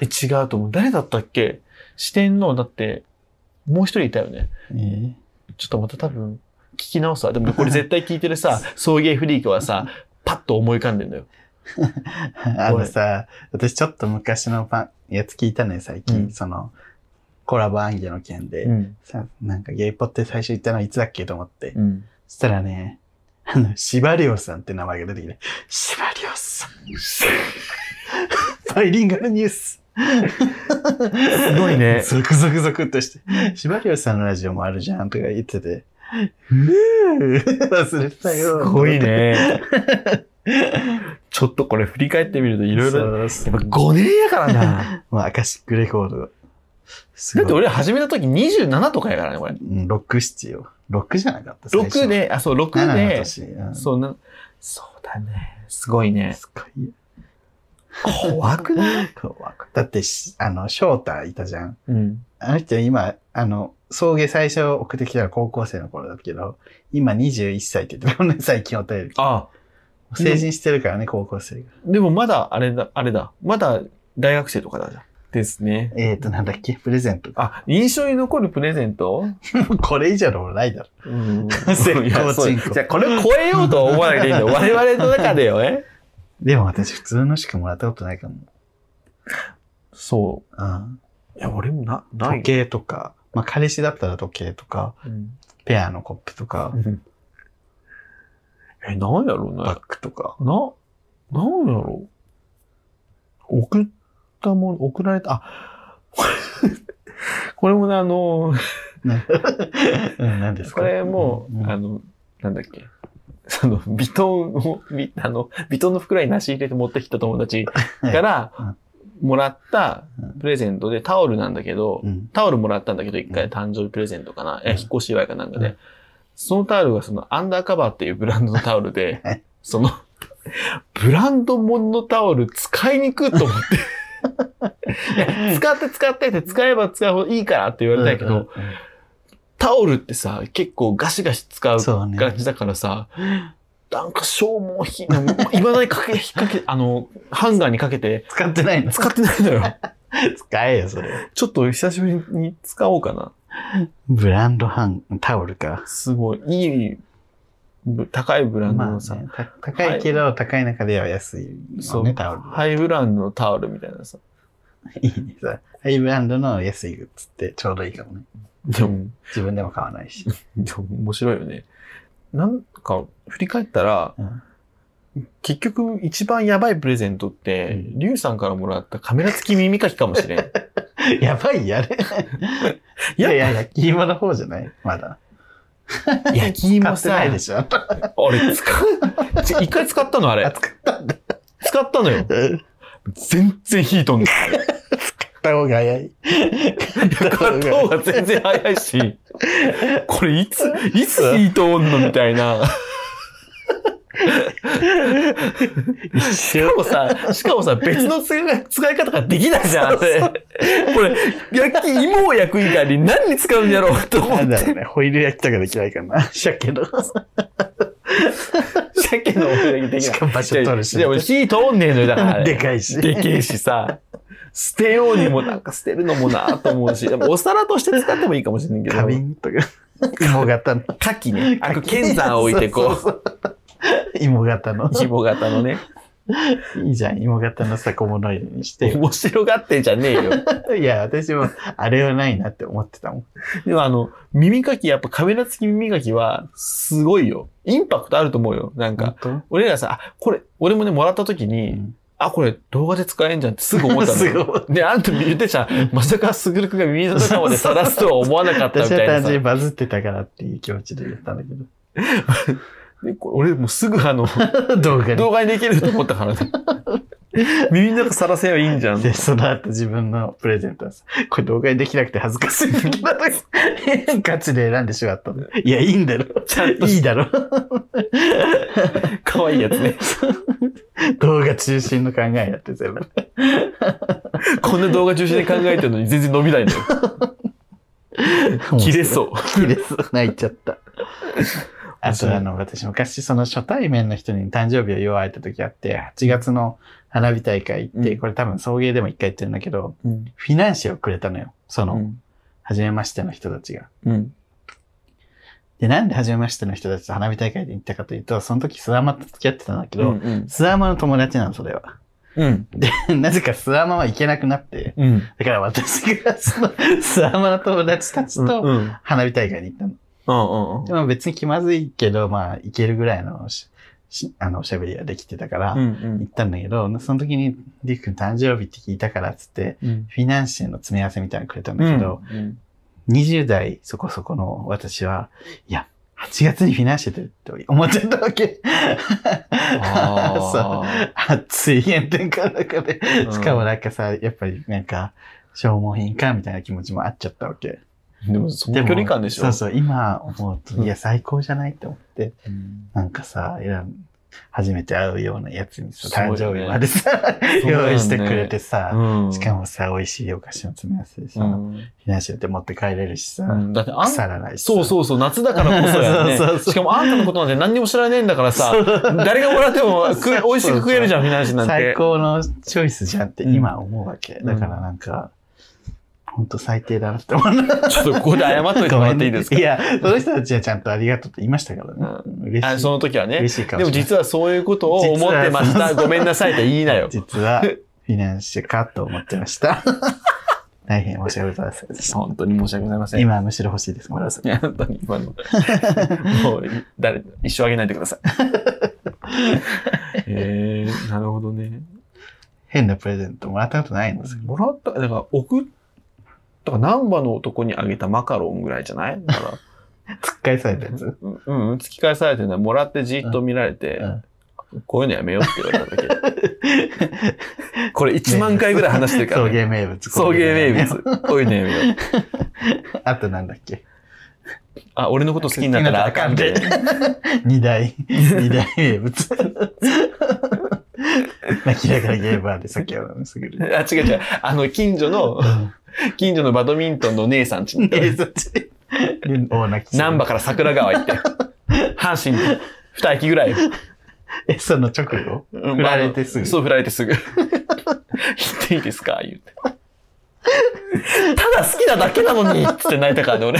Speaker 2: え、違うと思う。誰だったっけ四天王だって、もう一人いたよね。
Speaker 1: え え
Speaker 2: ちょっとまた多分、聞き直すわ。でもこれ絶対聞いてるさ、 送迎フリークはさ、パッと思い浮かんでんだよ。
Speaker 1: あのさ、私ちょっと昔のパン、やつ聞いたね、最近。
Speaker 2: うん
Speaker 1: その、コラボアンゲの件で、
Speaker 2: ん。
Speaker 1: さ、なんかゲイポって最初言ったのいつだっけと思って。
Speaker 2: うん。
Speaker 1: そしたらね、あの、芝良さんって名前が出てきて、芝良さん。バイリンガルニュース。す
Speaker 2: ごいね
Speaker 1: ゾクゾクゾクっとして。芝良さんのラジオもあるじゃんとか言ってて、うー忘れてたよ。
Speaker 2: すごい。ね。 ちょっとこれ振り返ってみるとい
Speaker 1: い
Speaker 2: ろいろ、やっ
Speaker 1: ろ。
Speaker 2: ぱ5年やからな。
Speaker 1: まあ、アカシックレコード。す
Speaker 2: だ
Speaker 1: ご
Speaker 2: って
Speaker 1: い
Speaker 2: 俺始めた時27とかやからね、これ。
Speaker 1: うん、6、7よ。6じゃなかった。最初
Speaker 2: 6、で、あ、そう、6
Speaker 1: 7の
Speaker 2: で、
Speaker 1: 年。うん
Speaker 2: そうな、そうだね。すごいね。
Speaker 1: すごいよ。
Speaker 2: 怖 くない
Speaker 1: 怖くだってし、あの、翔太いたじゃん。
Speaker 2: うん。
Speaker 1: あの人今、あの、送迎最初送ってきたの高校生の頃だけど、今21歳って言って、こんな最近お便り。
Speaker 2: あ、
Speaker 1: 成人してるからね、高校生が。
Speaker 2: でもまだ、あれだ、あれだ。まだ大学生とかだじゃん。ですね。。
Speaker 1: えーと、なんだっけ、プレゼント
Speaker 2: あ、印象に残るプレゼント
Speaker 1: これ以上のものないだろ。
Speaker 2: うん。
Speaker 1: 絶好調
Speaker 2: いや そうじゃあこれを超えようとは思わなくていいんだよ。我々の中でよね。
Speaker 1: でも私、普通のしかもらったことないかも。
Speaker 2: そ
Speaker 1: うん。
Speaker 2: う。いや、俺もな、な
Speaker 1: 時
Speaker 2: い。
Speaker 1: 計とか、まあ、彼氏だったら時計とか、
Speaker 2: うん
Speaker 1: ペアのコップとか、
Speaker 2: え、なんやろう
Speaker 1: バッ
Speaker 2: ね。
Speaker 1: グとか。
Speaker 2: な、なんやろう。送ったもの、送られた、あ、 これもね、あの、
Speaker 1: うん、何ですか
Speaker 2: これも
Speaker 1: う、ん
Speaker 2: あの、なんだっけ。 その、ビトンを、ビあの、ビトンの袋に梨入れて持ってきた友達から、もらったプレゼントでタオルなんだけど、
Speaker 1: うん。
Speaker 2: タオルもらったんだけど、一
Speaker 1: う
Speaker 2: 回
Speaker 1: ん
Speaker 2: 誕生日プレゼントかな、
Speaker 1: う
Speaker 2: え
Speaker 1: ん
Speaker 2: 引っ越し祝いかなんか
Speaker 1: う
Speaker 2: で、そのタオルがそのアンダーカバーっていうブランドのタオルで
Speaker 1: はい、
Speaker 2: その、ブランドもののタオル使いにくいと思って。いや使って使ってって使えば使うほどいいからって言われたんやけど、
Speaker 1: うん、うん
Speaker 2: タオルってさ、結構ガシガシ使う
Speaker 1: そうね。
Speaker 2: 感じだからさ、なんか消耗品、 いまだにかけ、引っ掛け、あの、ハンガーにかけて
Speaker 1: 使ってないの
Speaker 2: 使ってないのよ。
Speaker 1: 使えよ、それ。
Speaker 2: ちょっと久しぶりに使おうかな。
Speaker 1: ブランドハン、タオルか。
Speaker 2: すごい、いい、ぶ高いブランド
Speaker 1: ま
Speaker 2: の
Speaker 1: あ
Speaker 2: さ、
Speaker 1: ね、た高いけど、高い中では安い
Speaker 2: そ
Speaker 1: の
Speaker 2: う
Speaker 1: ね、タオル。
Speaker 2: ハイブランドのタオルみたいなさ。
Speaker 1: いいね。さハイブランドの安いグッズってちょうどいいかもね。
Speaker 2: でも、
Speaker 1: 自分でも買わない し。
Speaker 2: でも面白いよね。なんか、振り返ったら、
Speaker 1: うん
Speaker 2: 結局一番やばいプレゼントって、
Speaker 1: うん
Speaker 2: リュウさんからもらったカメラ付き耳かきかも しれん。い
Speaker 1: やばい、やれ。いやいや、焼き芋の方じゃないまだ。
Speaker 2: 焼き
Speaker 1: 買
Speaker 2: 芋
Speaker 1: って
Speaker 2: さ、
Speaker 1: な
Speaker 2: あ
Speaker 1: い
Speaker 2: れ
Speaker 1: でしょ。あ
Speaker 2: 使う、ち一回使ったのあれ。
Speaker 1: 使ったんだ。
Speaker 2: 使ったのよ。
Speaker 1: 買っ
Speaker 2: 全然火飛んでない。
Speaker 1: た方が早い。
Speaker 2: 買った方が全然早いし、 これいつ、いつ火通んのみたいな。しかもさ、しかもさ、別の使い使い方ができないじゃん、あれ。これ、焼き、芋を焼く以外に何に使うんやろうと思
Speaker 1: な
Speaker 2: っ
Speaker 1: んだろ
Speaker 2: て。
Speaker 1: うね。ホイル焼きとかできないかな。鮭の。
Speaker 2: 鮭のお湯焼きでき
Speaker 1: し
Speaker 2: ない。
Speaker 1: かも場所取るし。
Speaker 2: でも火通んねえのよ、だからあ れ。
Speaker 1: でかいし。
Speaker 2: でけえしさ、捨てようにもなんか捨てるのもなと思うし、でもお皿として使ってもいいかもしれないけど。
Speaker 1: 花瓶 とか。芋型の。
Speaker 2: 牡蠣ね。あ、こう剣山を置いてこ
Speaker 1: そ
Speaker 2: う。
Speaker 1: うそうそう。芋型の。
Speaker 2: 紐型のね。
Speaker 1: いいじゃん、芋型のさ、小物入れにしてよ。
Speaker 2: 面白がってんじゃねえよ。
Speaker 1: いや、私も、あれはないなって思ってたもん。
Speaker 2: でもあの、耳かき、やっぱカメラ付き耳かきは、すごいよ。インパクトあると思うよ。なんか、
Speaker 1: 本
Speaker 2: 俺らさ、あ、これ、俺もね、もらった
Speaker 1: 当
Speaker 2: 時に、あ、これ動画で使えんじゃんって すぐ思ったんだ
Speaker 1: す
Speaker 2: よ。
Speaker 1: ごい。
Speaker 2: で、あんた言ってたじゃん。まさかすぐるくんが耳の中までさらすとは思わなかったみ
Speaker 1: 私
Speaker 2: た
Speaker 1: はい
Speaker 2: な
Speaker 1: 単
Speaker 2: さ
Speaker 1: 純。にバズってたからっていう気持ちで言ったんだけど。
Speaker 2: でこれ俺もうすぐあの、
Speaker 1: 動画
Speaker 2: 動画にできると思ったから ね。耳の中さらせばいいんじゃん。
Speaker 1: で、その後自分のプレゼントはさ、これ動画にできなくて恥ずかしいんだけど、ガチで選んでしまったの。いや、いいんだろ。
Speaker 2: ちゃんと
Speaker 1: いいだろ。
Speaker 2: 可愛いやつね。
Speaker 1: 動画中心の考えやって全部。
Speaker 2: こんな動画中心で考えてるのに全然伸びないんだよ。切れそう。
Speaker 1: う。切れそう。 泣いちゃった。あ
Speaker 2: 面白い
Speaker 1: とあの、私昔その初対面の人に誕生日を祝われた時あって、8月の花火大会行って、
Speaker 2: うん
Speaker 1: これ多分送迎でも一回言ってるんだけど、
Speaker 2: うん。
Speaker 1: フィナンシェをくれたのよ。その、初めましての人たちが。
Speaker 2: うん。
Speaker 1: で、なんで初めましての人たちと花火大会で行ったかというと、その時スワマと付き合ってたんだけ
Speaker 2: う
Speaker 1: ど、
Speaker 2: ん。
Speaker 1: スワマの友達なの、それは。
Speaker 2: うん。
Speaker 1: なぜかスワマは行けなくなって、
Speaker 2: うん。
Speaker 1: だから私がそ のスワマの友達たち
Speaker 2: うん。う
Speaker 1: と
Speaker 2: ん。
Speaker 1: 花火大会に行ったの。
Speaker 2: うん。
Speaker 1: でも別に気まずいけど、まあ行けるぐらいのししあのおしゃべりができてたから、
Speaker 2: うん
Speaker 1: 行ったんだけど、その時にリク君誕生日って聞いたからっつって、
Speaker 2: うん。
Speaker 1: フィナンシェの詰め合わせみたいなのくれたん
Speaker 2: う
Speaker 1: だけ
Speaker 2: ん。
Speaker 1: ど、20代そこそこの私は、いや、8月にフィナンシェでって思っちゃったわけ。 そう
Speaker 2: あ
Speaker 1: 暑い炎天下の中で
Speaker 2: う。ん
Speaker 1: しかもなんかさ、やっぱりなんか、消耗品かみたいな気持ちもあっちゃったわけ。
Speaker 2: あ。でも、その距離感でしょ。
Speaker 1: そうそう、今思うと、いや、最高じゃないって思って、
Speaker 2: うん
Speaker 1: なんかさ、いや初めて会うようなやつにさ、
Speaker 2: すごい
Speaker 1: 誕
Speaker 2: ね
Speaker 1: 生日まで さ、
Speaker 2: そうだよね
Speaker 1: 用意してくれてさ、
Speaker 2: うん
Speaker 1: しかもさ、美味しいお菓子の詰め合わせでさ、
Speaker 2: う
Speaker 1: フ
Speaker 2: ん
Speaker 1: ィナンシェって持って帰れるしさ、
Speaker 2: うんだってあん
Speaker 1: 腐らないしさ。
Speaker 2: そうそうそう、夏だからこそやね
Speaker 1: そうそうそう
Speaker 2: しかもあんたのことなんて何にも知らねえんだからさ、誰がもらっても食え美味しく食えるじゃん、フィナンシェなんて。
Speaker 1: 最高のチョイスじゃんって
Speaker 2: うん
Speaker 1: 今思うわけ。
Speaker 2: ん
Speaker 1: だからなんか、ほんと最低だなって思うな。
Speaker 2: ちょっとここで謝っといてもらっていいですか
Speaker 1: いや、その人たちはちゃんとありがとうって言いましたからね。嬉し
Speaker 2: あ
Speaker 1: い。
Speaker 2: その時はね。
Speaker 1: 嬉しいかも
Speaker 2: でも実はそういうことを思ってまし
Speaker 1: 実はそう
Speaker 2: た。
Speaker 1: そう
Speaker 2: ごめんなさいって言いなよ。
Speaker 1: 実は、フィナンシェかと思ってました。 大変申し訳ございませんでし
Speaker 2: 本当に申し訳ございませ
Speaker 1: た。
Speaker 2: ん。
Speaker 1: 今はむしろ欲しいです。ごめんなさい
Speaker 2: いや、 本当に今の。もう、い誰、一生あげないでくだ さい。えー、なるほどね。
Speaker 1: 変なプレゼントもらったことないんですよ。
Speaker 2: もらった、だから、送っだから、難波の男にあげたマカロンぐらいじゃないだから、
Speaker 1: つっかえされたやつ。
Speaker 2: うん、うん、突き返されてるのは、もらってじっと見られて、
Speaker 1: うん
Speaker 2: こういうのやめようって言われただけ。これ1万回ぐらい話してるか
Speaker 1: 送
Speaker 2: ら、ね。
Speaker 1: 迎名物。
Speaker 2: 送迎名。物。 こういうのやめよう。
Speaker 1: あとなんだっけ。
Speaker 2: あ、俺のこと好きになったらあかんで。
Speaker 1: 二 大、二大名物。泣きながらゲーバーで酒を飲みすぎ
Speaker 2: あ、
Speaker 1: る。
Speaker 2: 違う違う。あの、近所の、近所のバドミントンの姉さんちに行った
Speaker 1: え、そっちで。大泣きする
Speaker 2: 難波から桜川行 って。阪神に二駅ぐらい。
Speaker 1: え、その直後
Speaker 2: 振
Speaker 1: 振られてすぐ
Speaker 2: そう、振られてすぐ。行っていいですか言って。ただ好きなだけなのにつって泣いたからね、俺。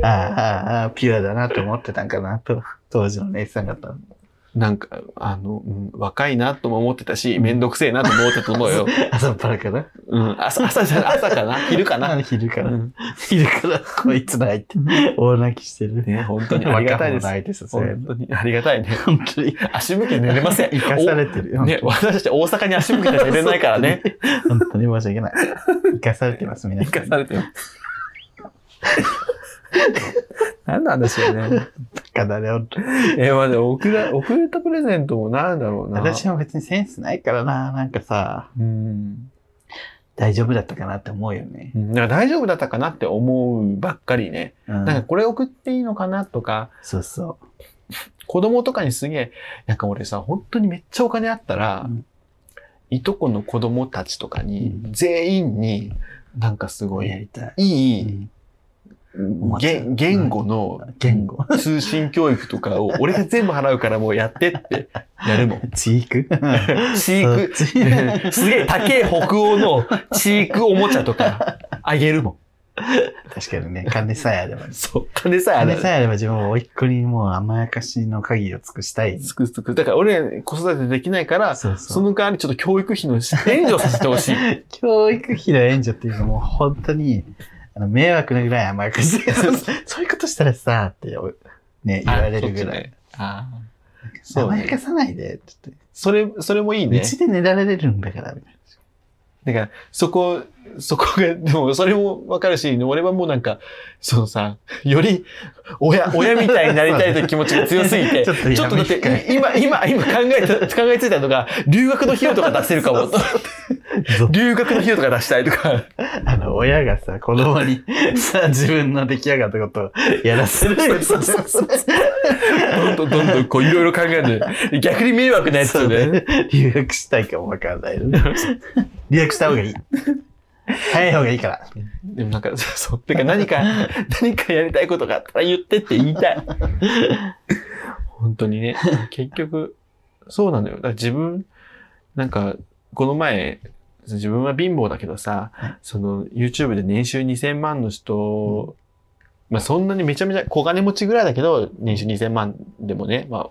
Speaker 1: ああ、ああ、ピュアだなと思ってたんかなと、当時の姉さん方。
Speaker 2: なんか、あの、うん若いなとも思ってたし、めんどくせえなとも思ってたと思うよ。
Speaker 1: 朝っぱらから
Speaker 2: うん、朝、朝じゃない、朝かな昼かな、
Speaker 1: あ昼か
Speaker 2: う
Speaker 1: ら。
Speaker 2: ん、
Speaker 1: 昼から、こいつ泣いて、大泣きしてる。
Speaker 2: ね、本当にありがたいで
Speaker 1: 若
Speaker 2: す。
Speaker 1: 者泣いてさ、それ
Speaker 2: 本。当にありがたいね。
Speaker 1: 本当に。
Speaker 2: 足向けて寝れま せん。
Speaker 1: 生かされてるよ。
Speaker 2: おね、私たち大阪に足向けて寝れないからね。
Speaker 1: 本当に申し訳ない。生かされてます、皆
Speaker 2: 生
Speaker 1: さん。
Speaker 2: かされてる。 何なんでしょうね。
Speaker 1: バカだね、本当に
Speaker 2: え、まあ、でも送ら、送れたプレゼントもなんだろうな。
Speaker 1: 私も別にセンスないからな、なんかさ、
Speaker 2: うん。
Speaker 1: 大丈夫だったかなって思うよね。
Speaker 2: うんなんか大丈夫だったかなって思うばっかりね。
Speaker 1: うん
Speaker 2: なんかこれ送っていいのかなとか、
Speaker 1: そうそ
Speaker 2: 子供とかにすげえ、なんか俺さ、本当にめっちゃお金あったら、
Speaker 1: うん
Speaker 2: いとこの子供たちとかに、
Speaker 1: う
Speaker 2: 全員に、なんかすご
Speaker 1: う。や
Speaker 2: い、
Speaker 1: りたい。
Speaker 2: いい、
Speaker 1: うん
Speaker 2: 言言語の
Speaker 1: 言語。
Speaker 2: 通信教育とか を俺が全部払うからもうやってってやるもん。
Speaker 1: チーク
Speaker 2: 飼育。
Speaker 1: そっち
Speaker 2: すげえ高え北欧のチークおもちゃとかあげるも
Speaker 1: 確かにね、金さえあればね。
Speaker 2: そう。金さえあれ
Speaker 1: 金
Speaker 2: ば
Speaker 1: さえあれば自分を甥っ子にもう甘やかしの鍵を尽くしたい。
Speaker 2: すくすく。だから俺ら子育てできないから、
Speaker 1: そう
Speaker 2: そ。の代わりちょっと教育費の援助させてほしい。
Speaker 1: 教育費の援助っていうのも本当に、あの、迷惑なぐらい甘やか して、 そうそういうことしたらさ、って、おね、言われるぐらい。
Speaker 2: あそっちね。ああ。
Speaker 1: 甘やかさないで、って言っ
Speaker 2: それ、それもいい
Speaker 1: て。
Speaker 2: ね
Speaker 1: う。ちで寝られるんだから、みたい
Speaker 2: だから、そこ、そこが、 でも、それもわかるし、俺はもうなんか、そのさ、より、親、親みたいになりたいという気持ちが強すぎて、
Speaker 1: ちょっとやめ
Speaker 2: ちょっとだっ
Speaker 1: 控え
Speaker 2: て、今、今、今考えた、考えついたのが、留学の費用とか出せるかも。
Speaker 1: そう
Speaker 2: 留学の費用とか出したいとか。
Speaker 1: な。あの、親がさ、子供 に、さ、自分の出来上がったことをやらせるやつ。
Speaker 2: そうそうそうどんどんどんどん、こう、いろいろ考えるのよ逆に迷惑なやつ
Speaker 1: そう
Speaker 2: よね。
Speaker 1: ね。留学したいかもわかんないよね。留学した方が いい。早い方がいいから。
Speaker 2: でもなんか、そう、てか何か、何かやりたいことがあったら言ってって言いたい。本当 にね、結局、そうなのよ。だから自分、なんか、この前、自分は貧乏だけどさ、その YouTube で年収2000万の人、まあそんなにめちゃめちゃ小金持ちぐらいだけど、年収2000万でもね、まあ、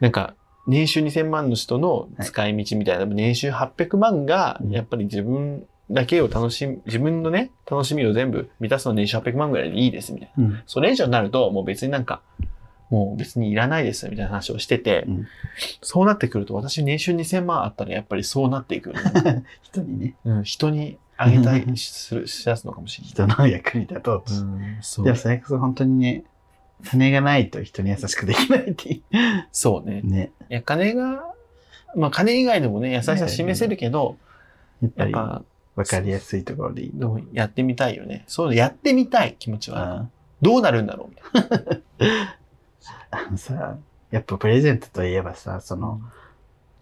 Speaker 2: なんか、年収2000万の人の使い道みたいな、年収800万が、やっぱり自分だけを楽しみ、自分のね、楽しみを全部満たすのは年収800万ぐらいでいいです、みたいな。
Speaker 1: うん。
Speaker 2: それ以上になると、もう別になんか、もう別にいらないです、みたいな話をしてて、
Speaker 1: うん
Speaker 2: そうなってくると、私年収2000万あったらやっぱりそうなっていくよね、
Speaker 1: 人にね、
Speaker 2: うん、人にあげた
Speaker 1: う
Speaker 2: い、
Speaker 1: ん
Speaker 2: しする、しやすのかもしれ
Speaker 1: 人の役に立とうと
Speaker 2: な
Speaker 1: し
Speaker 2: い。
Speaker 1: て。
Speaker 2: うん、そ
Speaker 1: で
Speaker 2: う
Speaker 1: も。それこそ本当にね、金がないと人に優しくできないってい
Speaker 2: そう ね
Speaker 1: う。。ね。
Speaker 2: いや、金が、まあ金以外でもね、優しさ示せるけど、
Speaker 1: やっぱ
Speaker 2: やっ
Speaker 1: り
Speaker 2: ぱ、
Speaker 1: 分かりやすいところでいい。
Speaker 2: でもやってみたいよね。そう、やってみたい気持ちは。
Speaker 1: あ
Speaker 2: どうなるんだろうみたい
Speaker 1: あのさ、やっぱプレゼントといえばさ、その、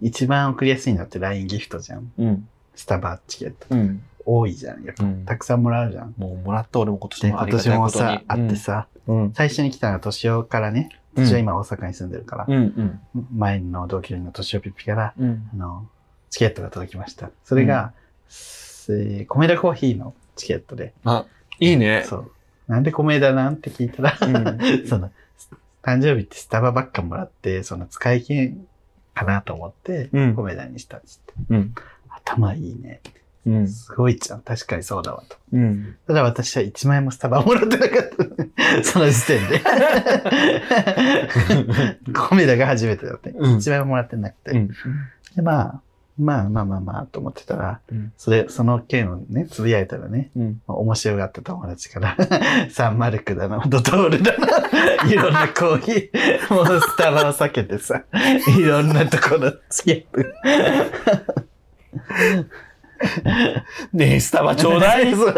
Speaker 1: 一番送りやすいのって LINE ギフトじゃん。
Speaker 2: な。うん。
Speaker 1: スタバチケット。
Speaker 2: うん。
Speaker 1: 多いじゃん。やっぱ、
Speaker 2: うん
Speaker 1: たくさんもらうじゃん。
Speaker 2: もうもらった俺も今年
Speaker 1: で、
Speaker 2: もあ
Speaker 1: 今
Speaker 2: りが
Speaker 1: 年
Speaker 2: たい
Speaker 1: も
Speaker 2: ことに
Speaker 1: さ、あって。さ、
Speaker 2: うん。
Speaker 1: 最初に来たのは年をからね、
Speaker 2: うん
Speaker 1: 私は今大阪に住んでるから、
Speaker 2: うんうん。
Speaker 1: 前の同居人の年をピッピから、
Speaker 2: うん
Speaker 1: あ。の、チケットが届きました。それが、えーコメダコーヒーのチケットで。
Speaker 2: あ、いいね。
Speaker 1: そう。なんでコメダなんて聞いたら、
Speaker 2: うん
Speaker 1: その、誕生日ってスタバばっかもらって、その使い切れんかなと思って、
Speaker 2: うん
Speaker 1: コメダにしたっつって。
Speaker 2: うん。
Speaker 1: 頭いいね。
Speaker 2: うん。
Speaker 1: すごいじゃん。確かにそうだわと。
Speaker 2: うん。
Speaker 1: ただ私は1万円もスタバもらってなかった。 その時点 で。コメダが初めてだって。
Speaker 2: うん
Speaker 1: 1万円もらってなくて。
Speaker 2: うん。
Speaker 1: で、まあ、まあまあまあまあと思ってたら、
Speaker 2: うん
Speaker 1: それ、その件をね、つぶやいたらね、
Speaker 2: うん。
Speaker 1: まあ面白がった友達から、 サンマルクだな、ドトールだな、 いろんなコーヒー、もうスタバを避けてさ、いろんなところチケット。
Speaker 2: ねえ、スタバちょうだ い。
Speaker 1: そう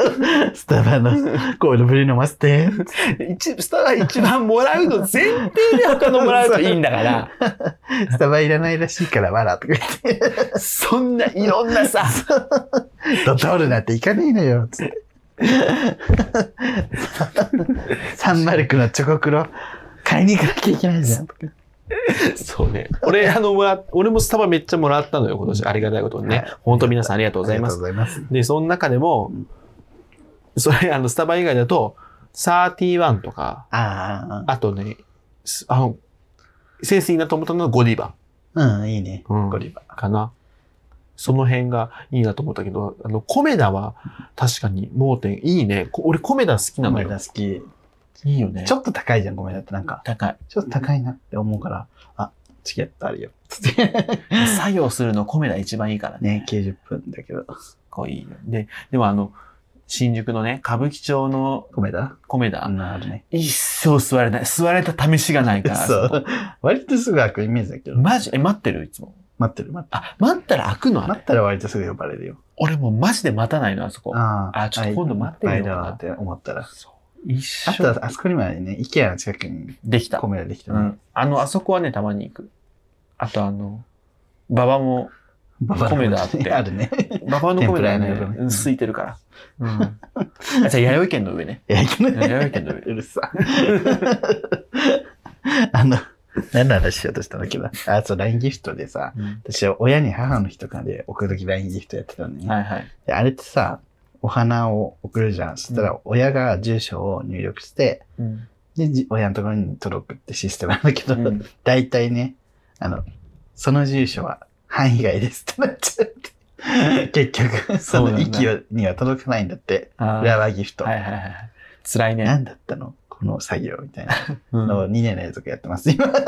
Speaker 1: スタバのコールブリュー飲ませて。
Speaker 2: 一スタバ一番もらうの前提で他のもらうといいんだから。
Speaker 1: スタバいらないらしいから、わら、とか言って。
Speaker 2: そんないろんなさ、
Speaker 1: ドトールなんて行かねえのよ、つって。 サンマルクのチョコクロ、買いに行かなきゃいけないじゃん。
Speaker 2: そうね。俺、あの、もら俺もスタバめっちゃもらったのよ、今年。ありがたいことにね
Speaker 1: はい。
Speaker 2: 本当皆さんありがとうございます。
Speaker 1: ありがとうございます。
Speaker 2: で、その中でも、それ、あの、スタバ以外だと、31とか、
Speaker 1: あ
Speaker 2: あとね、すあの、センスいいなと思ったのはゴディバ
Speaker 1: あ、うん、いいね。
Speaker 2: うん
Speaker 1: ゴリバ。
Speaker 2: かな。その辺がいいなと思ったけど、あの、コメダは確かに盲点いいね。こ俺コメダ好きな
Speaker 1: 名
Speaker 2: の
Speaker 1: 前
Speaker 2: よ
Speaker 1: が。好き。
Speaker 2: いいよね。
Speaker 1: ち
Speaker 2: っ
Speaker 1: ょっと高いじゃん、ごめんだって。なんか、
Speaker 2: と高い。
Speaker 1: ちょっと高いなって思うから、あ、チケットあるよ。つって
Speaker 2: 作業するのコメダ一番いいからね。
Speaker 1: ね、90分だけど。
Speaker 2: か っこいいよ。で、でもあの、新宿のね、歌舞伎町の
Speaker 1: ごめんだ。
Speaker 2: コメダ
Speaker 1: あ、んなあるね。
Speaker 2: 一生座れない。座れた試しがないから。
Speaker 1: そう。割とすぐ開くイメージだけど。
Speaker 2: マジ、え、待ってるいつも。
Speaker 1: 待ってる、待って
Speaker 2: あ、待ったら開く
Speaker 1: る。
Speaker 2: のあれ
Speaker 1: 待ったら割とすぐ呼ばれるよ。
Speaker 2: 俺もうマジで待たないの、あそこ。
Speaker 1: あ
Speaker 2: あちょっと今度待ってみようかな
Speaker 1: 間だって思ったら。
Speaker 2: そう。一
Speaker 1: あ
Speaker 2: 生。
Speaker 1: と、あそこにまでね、IKEA の近くに
Speaker 2: できた
Speaker 1: コ。メダできた
Speaker 2: う
Speaker 1: ね。
Speaker 2: ん。あの、あそこはね、たまに行く。あとあの、馬場も、
Speaker 1: ババの
Speaker 2: コメダあって
Speaker 1: ねあるね。
Speaker 2: 馬場のコメダはね、
Speaker 1: 天ぷら屋の上
Speaker 2: うん空いてるから。うん。あ、じゃあ、弥生県の上ね。
Speaker 1: いや、いけない。
Speaker 2: やめてんだよ
Speaker 1: うるさ。あの、何の話しようとしたんだっけど、あ、そう、LINE ギフトでさ、私は親に母の日とかで送るとき LINE ギフトやってたのね。
Speaker 2: はいはい。
Speaker 1: であれってさ、お花を送るじゃん。そしたら、親が住所を入力して、
Speaker 2: うん。
Speaker 1: で、じ親のところに届くってシステムなんだけど、
Speaker 2: うん
Speaker 1: 大体ね、あの、その住所は範囲外ですってなっちゃって。 結局、そ
Speaker 2: そう
Speaker 1: の
Speaker 2: なんだ
Speaker 1: 域をには届かないんだって。
Speaker 2: あ
Speaker 1: 浦和ギフト。
Speaker 2: はいはいはい。辛いね。
Speaker 1: 何だったのこの作業みたいな
Speaker 2: うん
Speaker 1: のを2年連続やってます、 今。同じ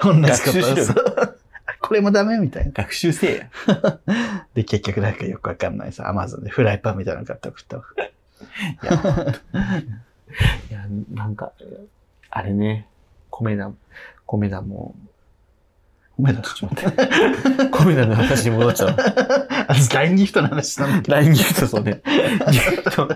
Speaker 1: こ
Speaker 2: 学習
Speaker 1: と
Speaker 2: しろよ
Speaker 1: そうこれもダメみたいな。
Speaker 2: 学習せえや。
Speaker 1: で、結局なんかよくわかんないさ、アマゾンでフライパンみたいなの買って送ったわ。
Speaker 2: いや、なんか、あれね、米田、米田も、
Speaker 1: おめでとう。
Speaker 2: 米田の話に戻っち ゃう。
Speaker 1: 私、LINE ギフトの話なんだけど。
Speaker 2: ラインギフト、そうね。ギフト、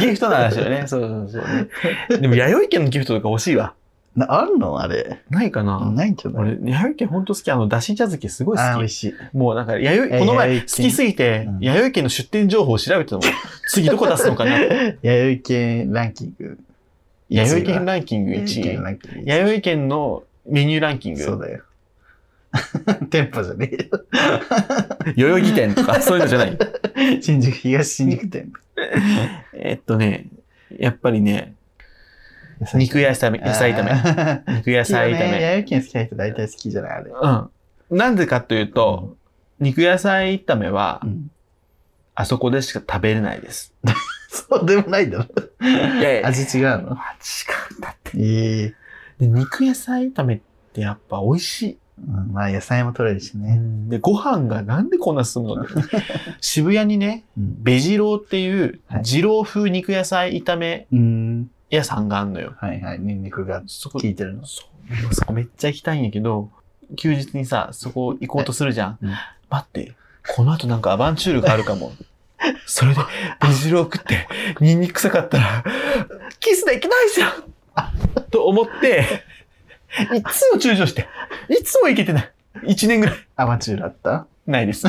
Speaker 2: ギフトの話だよね。そうそうそうね。でも、弥生県のギフトとか欲しいわ。
Speaker 1: なあんのあれ。
Speaker 2: ないかな、
Speaker 1: ないんじゃない
Speaker 2: 俺、弥生県ほんと好き。あの、だし茶漬けすごい
Speaker 1: あー、美
Speaker 2: 好
Speaker 1: 味しい。
Speaker 2: き。もうなんか、弥
Speaker 1: え
Speaker 2: 生、この前
Speaker 1: 弥
Speaker 2: 好
Speaker 1: 生県
Speaker 2: きすぎて
Speaker 1: う、ん
Speaker 2: 弥生県の出店情報を調べてたもん。次どこ出すのかな
Speaker 1: 弥生県ランキング。
Speaker 2: 弥生県
Speaker 1: ン
Speaker 2: ランキング
Speaker 1: キ
Speaker 2: 1位。
Speaker 1: ング1位。
Speaker 2: 弥生県のメニューランキング。
Speaker 1: そうだよ。 店舗じゃねえよ。
Speaker 2: 代々木店と か、そういうのじゃない。
Speaker 1: 新宿、東新宿店。
Speaker 2: えっとね、やっぱりね、肉野菜野菜 炒め。
Speaker 1: め。
Speaker 2: 肉野
Speaker 1: 野
Speaker 2: 菜
Speaker 1: 菜
Speaker 2: 炒
Speaker 1: 炒め。
Speaker 2: め。
Speaker 1: 弥生県好きな人大体好きじゃないあれ。
Speaker 2: うん。なんでかというと、肉野菜炒めは
Speaker 1: う、ん
Speaker 2: あそこでしか食べれないです。
Speaker 1: そうでもないだろ。
Speaker 2: いやいや、
Speaker 1: 味違うの。
Speaker 2: 違うんだって。
Speaker 1: ええ。
Speaker 2: で肉野菜炒めってやっぱ美味しい。
Speaker 1: うんまあ野菜も取れるしね。
Speaker 2: で、ご飯がなんでこんな 進むの渋谷にね、
Speaker 1: うん。
Speaker 2: ベジローっていう
Speaker 1: はい、
Speaker 2: 二郎風肉野菜炒め
Speaker 1: うん。
Speaker 2: 屋さんがあんのよ。
Speaker 1: はいはい。ニンニクが
Speaker 2: そこ
Speaker 1: 効、いてるの。
Speaker 2: そう。そこめっちゃ行きたいんやけど、休日にさ、そこ行こうとするじゃん。
Speaker 1: うん
Speaker 2: 待って、この後なんかアバンチュールがあるかも。それで、ベジロー食って、ニンニク臭かったら、キスできないじゃんと思って、いつも中場して、いつも行けてない。一年ぐらい。
Speaker 1: アマチュールあった
Speaker 2: ないです。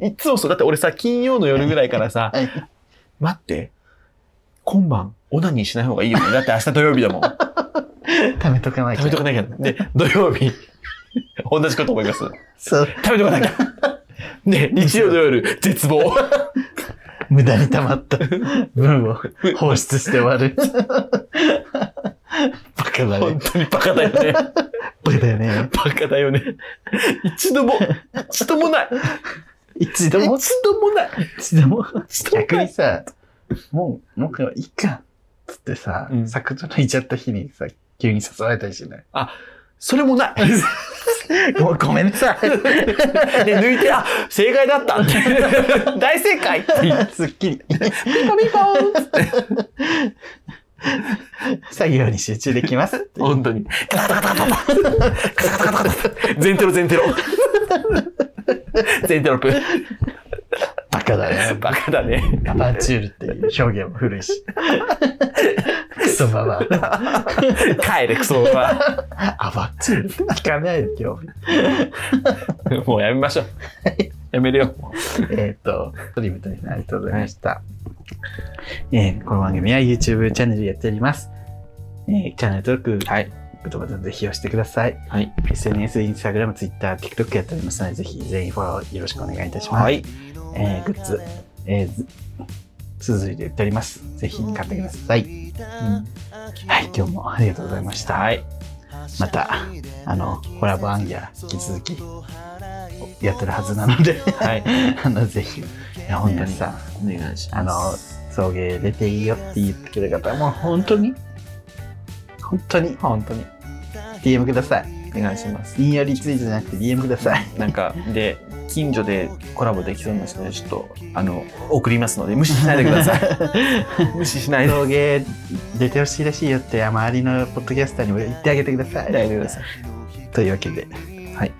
Speaker 2: いつもそう。だって俺さ、金曜の夜ぐらいからさ、
Speaker 1: はい
Speaker 2: 待って、今晩、オナニーしない方がいいよね。だって明日土曜日 だもん。
Speaker 1: 食べとかなきゃ
Speaker 2: 食べとかなきゃ。で、土曜日、同じこと思います。食
Speaker 1: そう。
Speaker 2: べとかなきゃ。で、日曜の夜、絶望。
Speaker 1: 無駄に溜ま った分を放出して終わる。バカだ
Speaker 2: 本
Speaker 1: ね。
Speaker 2: 当にバカだよね。
Speaker 1: バカだよね。
Speaker 2: バカだよね。一度も、一度もない。
Speaker 1: 一度も、
Speaker 2: 一度もない。
Speaker 1: 一度も。
Speaker 2: 一度も
Speaker 1: 逆
Speaker 2: な
Speaker 1: に
Speaker 2: い。
Speaker 1: さ、もう、もういいか。つってさ、
Speaker 2: うん
Speaker 1: サクッと抜いちゃった日にさ、急に誘われたりしない。
Speaker 2: それも ない。ね、
Speaker 1: もうごめんなさ い。
Speaker 2: 抜いて、あ、正解だったって。 大正解って言って
Speaker 1: すっきり。
Speaker 2: ピンポンピンポン
Speaker 1: 作業に集中できますって。
Speaker 2: 本当に。ガタガタガタガタガタガタガタガタガタ全テロ全テロ。全テロップ。
Speaker 1: バカだね。
Speaker 2: バカだね。
Speaker 1: アバンチュールっていう表現も古い し。クソババア。
Speaker 2: 帰れ、クソは。
Speaker 1: アバンチュールって聞かないで今日。
Speaker 2: もうやめましょう。やめるよ。
Speaker 1: えっと、トリムとリフありがとうございました。えーこの番組は YouTube チャンネルやっております。えーチャンネル登録、
Speaker 2: はい。
Speaker 1: グッドボタンぜひ押してください。
Speaker 2: はい。
Speaker 1: SNS、Instagram、Twitter、TikTok やっておりますので、ぜひ全員フォローよろしくお願いいたします。
Speaker 2: はい。
Speaker 1: えーグッズ、えーず続いて売っております。ぜひ買ってください。はい、今日もありがとうございました。
Speaker 2: はい。
Speaker 1: また、あの、コラボアンギャ、引き続き、やってるはずなので、
Speaker 2: はい。
Speaker 1: あの、ぜひ、いや、本当にさ、
Speaker 2: お願いし
Speaker 1: あの
Speaker 2: す。、
Speaker 1: 送迎出ていいよって言ってくれる方は、もう本当に、本当に
Speaker 2: あの、本当に。
Speaker 1: DM ください。
Speaker 2: お願いします。
Speaker 1: 引用リツイートじゃなくて DM ください。
Speaker 2: なんか、で、近所でコラボできそうな人で、ちょっと、あの、送りますので、無視しないでくださ い。無視しないで。
Speaker 1: 送迎出てほしいらしいよって、周りのポッドキャスターにも言ってあげてくださ
Speaker 2: しない
Speaker 1: い。
Speaker 2: でください。
Speaker 1: というわけで、はい。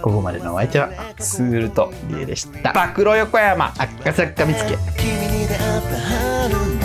Speaker 1: ここまでのお相手は、
Speaker 2: スールと、
Speaker 1: リエでした。
Speaker 2: 暴露横山。
Speaker 1: 赤坂見つけ。
Speaker 4: 君に出会った春の